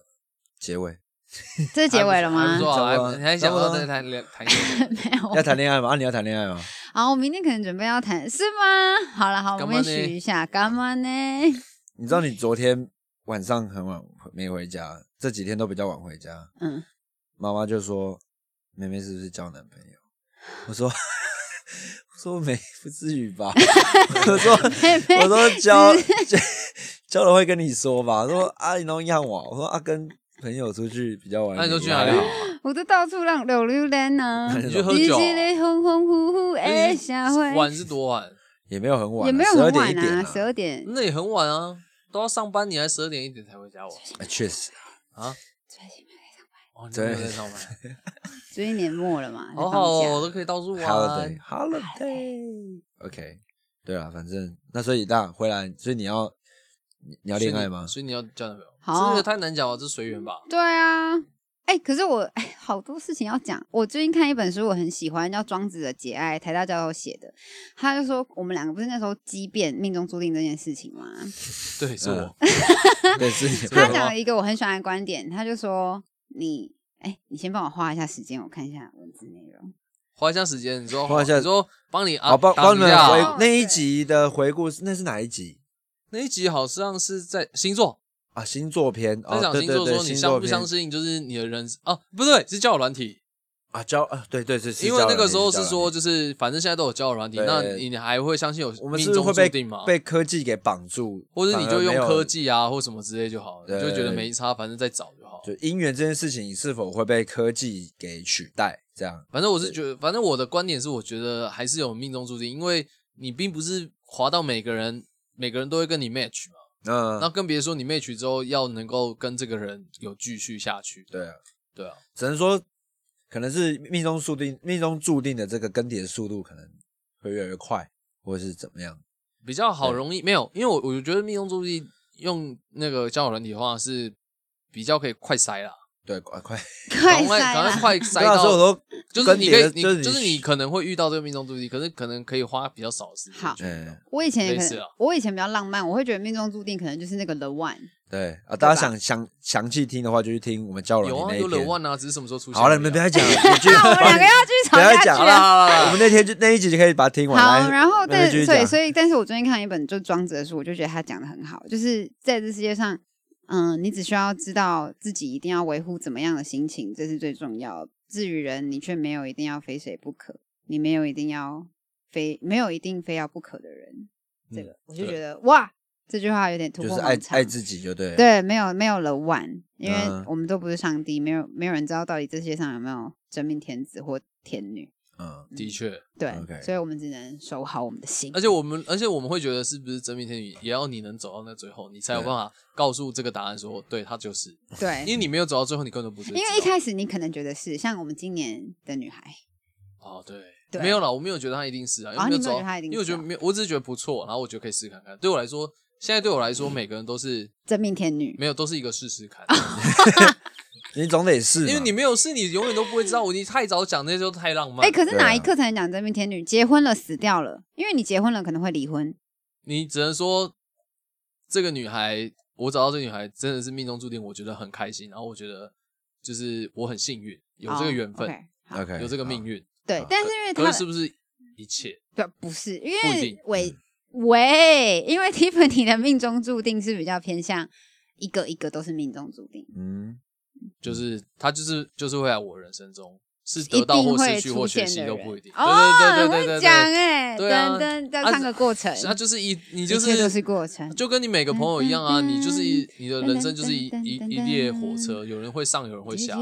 Speaker 4: 结尾。
Speaker 2: 这是结尾了
Speaker 3: 还
Speaker 2: 吗
Speaker 3: 不？错啊，
Speaker 4: 差不多
Speaker 3: 还你还想
Speaker 4: 差不
Speaker 3: 要
Speaker 4: 多
Speaker 3: 再谈两谈一个？
Speaker 2: 没有
Speaker 4: 要谈恋爱吗？啊，你要谈恋 爱吗？
Speaker 2: 好，我明天可能准备要谈，是吗？好了，好，我
Speaker 3: 干
Speaker 2: 们
Speaker 3: 嘛
Speaker 2: 也
Speaker 3: 呢
Speaker 2: 许一下，干嘛呢？
Speaker 4: 你知道你昨天晚上很晚没回家，这几天都比较晚回家，
Speaker 2: 嗯，
Speaker 4: 妈妈就说：“妹妹是不是交男朋友？” 我说：“我说没，不至于吧？” 我说：“我说交交交了会跟你说吧。”说：“啊，你弄样我。”我说：“啊，跟朋友出去比较晚。”
Speaker 3: 那你就去哪里好？啊？
Speaker 2: 我都到处让溜溜达呢。
Speaker 3: 你去喝
Speaker 2: 你
Speaker 3: 酒
Speaker 2: 是咧红红呼呼 哎，
Speaker 3: 哎
Speaker 2: 下回
Speaker 3: 晚是多晚？
Speaker 4: 也没有很晚啊，
Speaker 2: 也没有
Speaker 4: 12
Speaker 2: 很
Speaker 4: 点
Speaker 2: 晚
Speaker 4: 一点
Speaker 2: 啊，十二点。
Speaker 3: 那也很晚啊，都要上班，你还十二点一点才回家我
Speaker 4: 啊确实，
Speaker 3: 啊？
Speaker 2: 最近
Speaker 3: 哦，你真的
Speaker 4: 对
Speaker 3: 在上 班，
Speaker 2: 最近年末了嘛，在
Speaker 3: 好好哦，我
Speaker 2: 放假。
Speaker 3: 都可以到处
Speaker 4: holiday
Speaker 3: 玩。
Speaker 4: holiday OK，对啊，反正那所以大家回来，所以你要你你要恋爱吗？
Speaker 3: 所以你要交男朋友？
Speaker 2: 好
Speaker 3: 这个太难讲了，这随缘 吧。
Speaker 2: 对啊，哎，可是我哎，好多事情要讲。我最近看一本书，我很喜欢，叫《庄子的节爱》，台大教授写的。他就说，我们两个不是那时候激辩命中注定这件事情吗？
Speaker 3: 对，是我。
Speaker 4: 嗯对，是你
Speaker 2: 他
Speaker 3: 对啊
Speaker 2: 讲了一个我很喜欢的观点，他就说，你哎，你先帮我画一下时间，我看一下文字内容。
Speaker 3: 花一下时间，你说
Speaker 4: 花一下
Speaker 3: 你说帮你啊，
Speaker 4: 好帮
Speaker 3: 挡
Speaker 4: 帮你
Speaker 3: 一
Speaker 4: 们
Speaker 3: 下
Speaker 4: 回那一
Speaker 2: 哦对
Speaker 4: 集的回顾，那是哪一集
Speaker 3: 那一集好像是在星座，
Speaker 4: 啊？星座篇，
Speaker 3: 在
Speaker 4: 哦，
Speaker 3: 讲
Speaker 4: 对
Speaker 3: 星
Speaker 4: 对
Speaker 3: 座
Speaker 4: 对，
Speaker 3: 说你
Speaker 4: 星
Speaker 3: 相
Speaker 4: 座
Speaker 3: 不相
Speaker 4: 篇
Speaker 3: 信，就是你的人啊，不对，是交友软体。
Speaker 4: 啊？交啊，对对对，是
Speaker 3: 因为
Speaker 4: 交
Speaker 3: 那个
Speaker 4: 友软
Speaker 3: 时
Speaker 4: 体
Speaker 3: 候
Speaker 4: 交
Speaker 3: 是
Speaker 4: 友
Speaker 3: 说，
Speaker 4: 软体
Speaker 3: 就是反正现在都有交友软体，
Speaker 4: 对
Speaker 3: 那你还会相信有
Speaker 4: 我们
Speaker 3: 命
Speaker 4: 是不是
Speaker 3: 中
Speaker 4: 会
Speaker 3: 注
Speaker 4: 被
Speaker 3: 定吗？
Speaker 4: 被科技给绑住，
Speaker 3: 或者
Speaker 4: 反
Speaker 3: 你
Speaker 4: 而
Speaker 3: 就
Speaker 4: 没
Speaker 3: 用
Speaker 4: 有
Speaker 3: 科，技啊，或什么之类就好了，你就觉得没差，反正再找就好。
Speaker 4: 就姻缘这件事情是否会被科技给取代？这样
Speaker 3: 反正我是觉得，反正我的观点是，我觉得还是有命中注定，因为你并不是滑到每个人，每个人都会跟你 match 嘛，
Speaker 4: 嗯，
Speaker 3: 那更别说你 match 之后要能够跟这个人有继续下去。
Speaker 4: 对啊，
Speaker 3: 对啊，
Speaker 4: 只能说可能是命中注定，命中注定的这个更迭速度可能会越来越快，或者是怎么样？
Speaker 3: 比较好
Speaker 4: 对
Speaker 3: 容易没有，因为我我觉得命中注定用那个交友软体的话是比较可以快筛啦。
Speaker 4: 对，快快，
Speaker 2: 快
Speaker 3: 赶快
Speaker 2: 塞
Speaker 3: 赶快
Speaker 2: 啦！
Speaker 3: 快塞
Speaker 4: 对啊，所以
Speaker 3: 到，
Speaker 4: 我都
Speaker 3: 就是你可以，你
Speaker 4: 跟别的就是你
Speaker 3: 就是你可能会遇到这个命中注定，可是可能可以花比较少的时间
Speaker 2: 好
Speaker 3: 去弄。
Speaker 4: 嗯，
Speaker 2: 我以前也可
Speaker 3: 类似
Speaker 2: 能
Speaker 3: 啊，
Speaker 2: 我以前比较浪漫，我会觉得命中注定可能就是那个 the one。
Speaker 4: 对啊，大家想详详细听的话，就去听我们交友
Speaker 3: 有
Speaker 4: 软
Speaker 3: 啊，
Speaker 4: 体
Speaker 3: 有
Speaker 4: 那
Speaker 3: 冷
Speaker 4: 一篇。
Speaker 3: 万啊，只是什么时候出现而已啊？
Speaker 4: 好了，你们不要讲了，我觉
Speaker 2: 那
Speaker 3: 啊
Speaker 4: 得
Speaker 2: 我们两个要继续
Speaker 4: 不
Speaker 2: 吵
Speaker 4: 要
Speaker 2: 下
Speaker 4: 讲
Speaker 2: 去
Speaker 4: 好
Speaker 3: 好啦
Speaker 2: 了。
Speaker 3: 好啦好
Speaker 4: 我
Speaker 3: 啦，
Speaker 4: 们那天就那一集就可以把它听完。
Speaker 2: 好，
Speaker 4: 来
Speaker 2: 然后
Speaker 4: 那边
Speaker 2: 但
Speaker 4: 继续
Speaker 2: 所以
Speaker 4: 讲
Speaker 2: 所以，但是我最近看一本就庄子的书，我就觉得他讲的很好，就是在这世界上，嗯，你只需要知道自己一定要维护怎么样的心情，这是最重要的。至于人，你却没有一定要非谁不可，你没有一定要非没有一定非要不可的人。这
Speaker 3: 嗯
Speaker 2: 个、我就
Speaker 3: 对
Speaker 2: 觉得哇，这句话有点突
Speaker 4: 就
Speaker 2: 破
Speaker 4: 是
Speaker 2: 盲
Speaker 4: 爱
Speaker 2: 肠
Speaker 4: 爱自己就对了。
Speaker 2: 对，没有没有了万，因为
Speaker 4: 嗯
Speaker 2: 我们都不是上帝，没有没有人知道到底这世界上有没有真命天子或天女。
Speaker 4: 嗯，
Speaker 3: 的确，
Speaker 2: 对
Speaker 4: OK
Speaker 2: 所以我们只能守好我们的心
Speaker 3: 而。且我们，而且我们会觉得是不是真命天女，也要你能走到那最后，你才有
Speaker 4: 对
Speaker 3: 办法告诉这个答案说，对，他就是，
Speaker 2: 对，
Speaker 3: 因为你没有走到最后，你根本不知道。
Speaker 2: 因为一开始你可能觉得是像我们今年的女孩，
Speaker 3: 哦，对，
Speaker 2: 对
Speaker 3: 没有啦，我没有觉得他一定是啊，因
Speaker 2: 哦
Speaker 3: 为没
Speaker 2: 你没有
Speaker 3: 有走
Speaker 2: 觉得他
Speaker 3: 到，
Speaker 2: 一定
Speaker 3: 因为我觉得
Speaker 2: 是啊
Speaker 3: 没有，我只是觉得不错，然后我觉得可以试看看。对我来说，现在对我来说，每个人都是
Speaker 2: 真命天女，
Speaker 3: 没有，都是一个试试看。
Speaker 4: 你总得试嘛，
Speaker 3: 因为你没有试，你永远都不会知道。我你太早讲那些都太浪漫。
Speaker 2: 哎、可是
Speaker 4: 对
Speaker 2: 哪
Speaker 4: 啊
Speaker 2: 一刻才能讲真命天女？结婚了死掉了，因为你结婚了可能会离婚，
Speaker 3: 你只能说这个女孩，我找到这个女孩真的是命中注定，我觉得很开心。然后我觉得就是我很幸运，有这个缘分
Speaker 2: 哦，OK，好
Speaker 4: OK
Speaker 3: 有这个
Speaker 4: 好
Speaker 3: 命运。
Speaker 2: 对，但是因为
Speaker 3: 可
Speaker 2: 他
Speaker 3: 是是不是一切？
Speaker 2: 对不是因
Speaker 3: 不一
Speaker 2: 为
Speaker 3: 定
Speaker 2: 喂喂，因为 Tiffany 的命中注定是比较偏向一个一个都是命中注定，
Speaker 4: 嗯，
Speaker 3: 就是她就是就是会来我人生中是
Speaker 2: 一
Speaker 3: 得到
Speaker 2: 定
Speaker 3: 或
Speaker 2: 会
Speaker 3: 失去
Speaker 2: 出
Speaker 3: 或学
Speaker 2: 现
Speaker 3: 习
Speaker 2: 的
Speaker 3: 都
Speaker 2: 人。
Speaker 3: 不一定。
Speaker 2: 哦，
Speaker 3: 对
Speaker 2: 很
Speaker 3: 对对对对
Speaker 2: 会
Speaker 3: 对
Speaker 2: 讲哎、
Speaker 3: 对啊
Speaker 2: 等等，
Speaker 3: 啊
Speaker 2: 要看个过程，
Speaker 3: 那就是一你
Speaker 2: 你
Speaker 3: 就
Speaker 2: 都
Speaker 3: 是
Speaker 2: 是过程，
Speaker 3: 就跟你每个朋友一样啊，你就是一你的人生就是一
Speaker 2: 噔噔噔
Speaker 3: 一
Speaker 2: 噔噔
Speaker 3: 一列火车，有人会上，有人会下啊。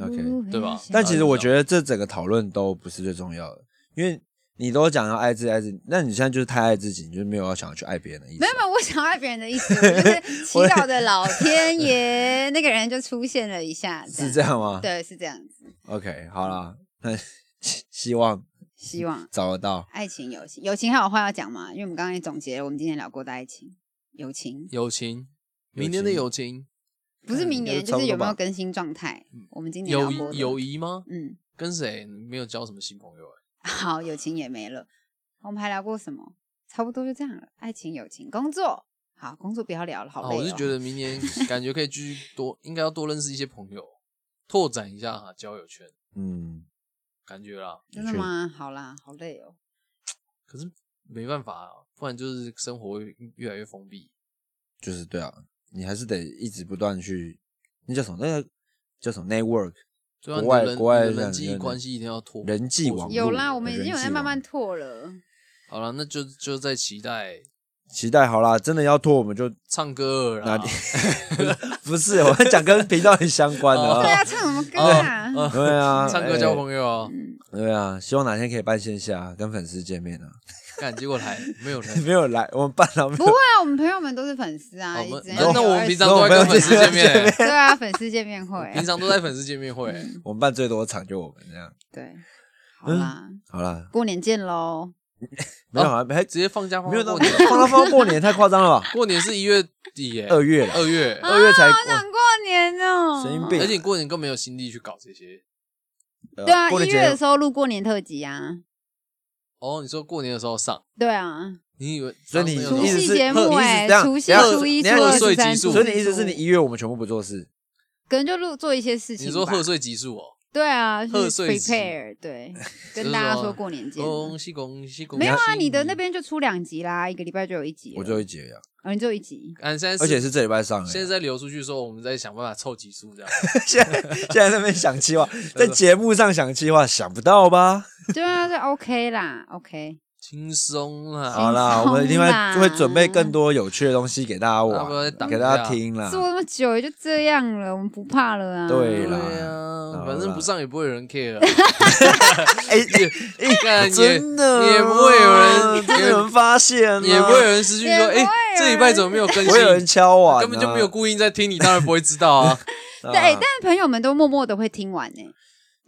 Speaker 4: OK，
Speaker 3: 对吧
Speaker 4: 但其实我觉得这整个讨论都不是最重要的，因为你都讲要爱自己爱自己，那你现在就是太爱自己，你就没有要想要去爱别人的意思
Speaker 2: 没
Speaker 4: 啊。
Speaker 2: 有没有，我想爱别人的意思，我就是祈祷的老天爷，那个人就出现了一下，
Speaker 4: 是这
Speaker 2: 样，
Speaker 4: 样吗？
Speaker 2: 对，是这样子。
Speaker 4: ，OK，好啦，那希希望
Speaker 2: 希望
Speaker 4: 找得到。
Speaker 2: 爱情、友情，友情还有话要讲吗？因为我们刚刚也总结了，我们今天聊过的爱情、友情，
Speaker 3: 友情，
Speaker 4: 友
Speaker 3: 明年的
Speaker 4: 情
Speaker 3: 友情，
Speaker 2: 不是明
Speaker 4: 应该
Speaker 2: 年，
Speaker 4: 是差
Speaker 2: 就
Speaker 4: 不
Speaker 2: 是
Speaker 4: 多
Speaker 2: 有没有
Speaker 4: 吧
Speaker 2: 更新状态？我们今年聊
Speaker 3: 友
Speaker 2: 过
Speaker 3: 谊
Speaker 2: 的
Speaker 3: 友，谊吗？
Speaker 2: 嗯，
Speaker 3: 跟谁没有交什么新朋友、欸？
Speaker 2: 好，友情也没了。我们还聊过什么？差不多就这样了。爱情、友情、工作，好，工作不要聊了，好
Speaker 3: 啊，
Speaker 2: 累、哦
Speaker 3: 我是觉得明 年感觉可以继续多，应该要多认识一些朋友，拓展一下哈、交友圈，
Speaker 4: 嗯，
Speaker 3: 感觉啦。
Speaker 2: 真的吗？好啦，好累哦。
Speaker 3: 可是没办法、啊，不然就是生活越越来越封闭。
Speaker 4: 就是对啊，你还是得一直不断去，那叫什么？那个叫什么 network
Speaker 3: 对啊，
Speaker 4: 国外
Speaker 3: 你的人
Speaker 4: 国外
Speaker 3: 你的人
Speaker 4: 人
Speaker 3: 际
Speaker 4: 人
Speaker 3: 关系一定要拓
Speaker 4: 人际网络
Speaker 2: 有啦，我们已经有
Speaker 4: 人际
Speaker 2: 在慢慢
Speaker 4: 网
Speaker 2: 拓了。
Speaker 3: 好了，那就就在期待
Speaker 4: 期待好啦，真的要拖我们就
Speaker 3: 唱歌了
Speaker 4: 哪
Speaker 3: 啦
Speaker 4: 里。不是，我在讲跟频道很相关的
Speaker 2: 对
Speaker 4: 啊。
Speaker 2: 啊，唱什么歌啊？
Speaker 3: 哦哦
Speaker 4: 对啊，
Speaker 3: 唱歌
Speaker 4: 哎
Speaker 3: 交朋友啊，
Speaker 4: 对啊，希望哪天可以办线下跟粉丝见面啊。
Speaker 3: 干结果来没有人。
Speaker 4: 没有来，我们办了。没
Speaker 2: 不
Speaker 4: 有
Speaker 2: 会啊，我们朋友们都是粉丝啊。
Speaker 3: 好
Speaker 2: 一
Speaker 3: 我们
Speaker 2: 直
Speaker 3: 哦那那我们平常
Speaker 4: 那
Speaker 3: 都
Speaker 4: 我
Speaker 3: 在跟
Speaker 4: 们要
Speaker 3: 粉丝
Speaker 4: 见
Speaker 3: 见面欸，
Speaker 2: 对啊，粉丝见面会，
Speaker 3: 平常都在粉丝见面会欸。
Speaker 4: 我们办最多场就我们这样。
Speaker 2: 对，好啦，
Speaker 4: 好了，
Speaker 2: 过年见喽。
Speaker 4: 没有啊，还
Speaker 3: 直接放假哦放
Speaker 4: 没有
Speaker 3: 到
Speaker 4: 到
Speaker 3: 过年，
Speaker 4: 放到放到过年太夸张了 吧？
Speaker 3: 过年是一月底耶，
Speaker 4: 二月了，
Speaker 3: 二 月，
Speaker 4: 二月才
Speaker 2: 想过年哦，
Speaker 4: 神经病
Speaker 3: 而且你过年更没有心力去搞这些。
Speaker 4: 呃
Speaker 2: 对啊，
Speaker 4: 过
Speaker 2: 一
Speaker 4: 年
Speaker 2: 月的
Speaker 4: 节
Speaker 2: 时候录过年特辑啊。
Speaker 3: 哦，你说过年的时候上，
Speaker 2: 对啊，
Speaker 3: 你以为
Speaker 4: 所以你
Speaker 3: 上
Speaker 2: 除
Speaker 3: 次没有
Speaker 4: 意思
Speaker 2: 夕
Speaker 4: 是
Speaker 2: 节
Speaker 4: 呵
Speaker 2: 目
Speaker 4: 你意思
Speaker 2: 哎
Speaker 4: 是这，样
Speaker 2: 除夕、
Speaker 4: 等下
Speaker 2: 初一、初
Speaker 4: 等下
Speaker 2: 二、
Speaker 3: 贺
Speaker 2: 初
Speaker 3: 岁
Speaker 2: 三、
Speaker 3: 集
Speaker 2: 初四
Speaker 3: 数
Speaker 4: 所以你意思是你
Speaker 2: 初五
Speaker 4: 一月我们全部不做事？
Speaker 2: 可能就录做一些事情吧。
Speaker 3: 你说贺岁集数哦，
Speaker 2: 对啊，
Speaker 3: 贺
Speaker 2: 就是
Speaker 3: 岁集
Speaker 2: prepare 对，
Speaker 3: 就
Speaker 2: 跟
Speaker 3: 是
Speaker 2: 大家
Speaker 3: 说
Speaker 2: 说过年见了。
Speaker 3: 恭喜恭喜恭喜！
Speaker 2: 没有啊，你的那边就出两集啦，一个礼拜就有一集了。
Speaker 4: 我就会解呀，
Speaker 2: 哦，你就一集，
Speaker 3: 啊，现在
Speaker 4: 而且是这礼拜上而已。
Speaker 3: 现在在流出去说，我们在想办法凑集数这啊
Speaker 4: 啊
Speaker 3: 样。
Speaker 4: 现在现在在那边想计划，在节目上想计划，想不到吧？
Speaker 2: 对啊，这 OK 啦，OK。
Speaker 3: 轻松啦，
Speaker 4: 好啦，
Speaker 2: 轻松
Speaker 4: 我们一定会
Speaker 2: 啦
Speaker 4: 会准备更多有趣的东西给大家
Speaker 3: 要不要再挡一
Speaker 4: 玩，给大家
Speaker 3: 下
Speaker 4: 听啦。
Speaker 2: 做那么久也就这样了，我们不怕了啊。
Speaker 4: 嗯对啦
Speaker 3: 啊，
Speaker 4: 啦
Speaker 3: 反正不上也不会有人 care，啊
Speaker 4: 哎，
Speaker 3: 你看也
Speaker 4: 真的
Speaker 3: 也不会有人
Speaker 4: 真的有人发现，啊
Speaker 3: 也不会有。人失去
Speaker 2: 也 不
Speaker 3: 说，
Speaker 2: 会有
Speaker 3: 哎，这礼拜怎么没有更
Speaker 4: 不会有人
Speaker 3: 新？
Speaker 4: 敲碗啊，
Speaker 3: 根本就没有故意在听，你当然不会知道啊。
Speaker 4: 啊。
Speaker 2: 对，哎但朋友们都默默的会听完呢，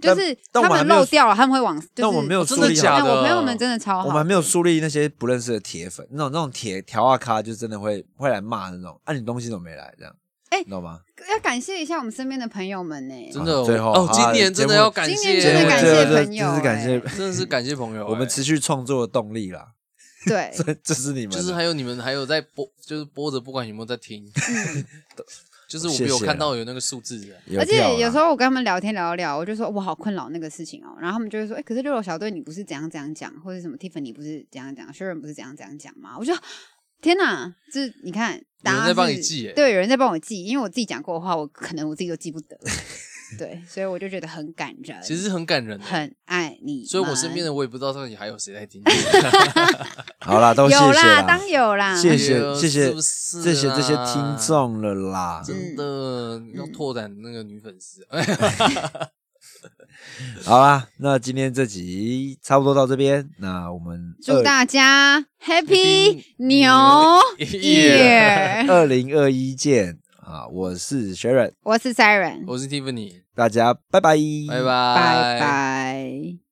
Speaker 2: 就
Speaker 4: 但
Speaker 2: 是
Speaker 4: 但
Speaker 2: 他
Speaker 4: 我们还
Speaker 2: 们
Speaker 4: 没有
Speaker 2: 漏掉了，他们会往。就是
Speaker 4: 但我没有
Speaker 3: 哦真
Speaker 4: 树
Speaker 3: 的
Speaker 4: 立
Speaker 3: 假
Speaker 4: 好，
Speaker 2: 哎
Speaker 3: 的
Speaker 2: 我朋友们真的超
Speaker 4: 我
Speaker 2: 好。
Speaker 4: 们还没有树立那些不认识的铁粉，那种那种铁条啊咖，就真的会会来骂那种，啊，你东西怎么没来这样？
Speaker 2: 哎
Speaker 4: 你懂吗？
Speaker 2: 要感谢一下我们身边的朋友们呢、欸
Speaker 3: 真的，
Speaker 4: 好 最后
Speaker 3: 哦，
Speaker 4: 好
Speaker 3: 今年真的要感谢，
Speaker 2: 今年真的感
Speaker 4: 这
Speaker 2: 谢
Speaker 4: 这
Speaker 2: 朋
Speaker 4: 这
Speaker 2: 友
Speaker 4: 是感谢
Speaker 2: 哎
Speaker 3: 真的是感谢朋友欸，
Speaker 4: 我们持续创作的动力啦，
Speaker 2: 对，
Speaker 4: 这这是你们的，
Speaker 3: 哎就是还有你们还有在播，就是播着，不管有没有在听，
Speaker 4: 嗯
Speaker 3: 就是我
Speaker 4: 谢啊
Speaker 3: 们
Speaker 4: 谢
Speaker 3: 有看
Speaker 4: 啦
Speaker 3: 到有那个数字的，
Speaker 4: 有
Speaker 2: 而
Speaker 4: 跳啦
Speaker 2: 且有时候我跟他们聊天聊一聊，我就说我好困扰那个事情哦、然后他们就会说，哎、可是六楼小队你不是怎样怎样讲，或者什么 Tiffany 你不是怎样怎样，Sharon 不是怎样怎样讲吗？我就天哪，这你看，答案
Speaker 3: 在帮你
Speaker 2: 是
Speaker 3: 记耶
Speaker 2: 对，有人在帮我记，因为我自己讲过的话，我可能我自己都记不得，对，所以我就觉得很感人，
Speaker 3: 其实很感人欸。
Speaker 2: 很爱你们，
Speaker 3: 所以我身边的我也不知道到底还有谁在听，
Speaker 4: 好啦，
Speaker 3: 哦
Speaker 4: 都谢
Speaker 2: 有
Speaker 4: 谢
Speaker 2: 啦，
Speaker 4: 啦
Speaker 2: 当，有啦，
Speaker 4: 谢谢
Speaker 3: 哎呦
Speaker 4: 谢谢
Speaker 3: 是不是
Speaker 4: 谢谢这些
Speaker 3: 啊
Speaker 4: 听众了啦。
Speaker 3: 真的
Speaker 4: 嗯
Speaker 3: 要拓展那个女粉丝。
Speaker 4: 好啦，那今天这集差不多到这边，那我们
Speaker 2: 祝大家 Happy
Speaker 3: Happy
Speaker 2: 牛
Speaker 3: Year
Speaker 2: Year，
Speaker 4: 二零二一见啊！我是 Sharon，
Speaker 2: 我是 Siren，
Speaker 3: 我是 Tiffany，
Speaker 4: 大家拜拜，
Speaker 3: 拜拜
Speaker 2: 拜拜。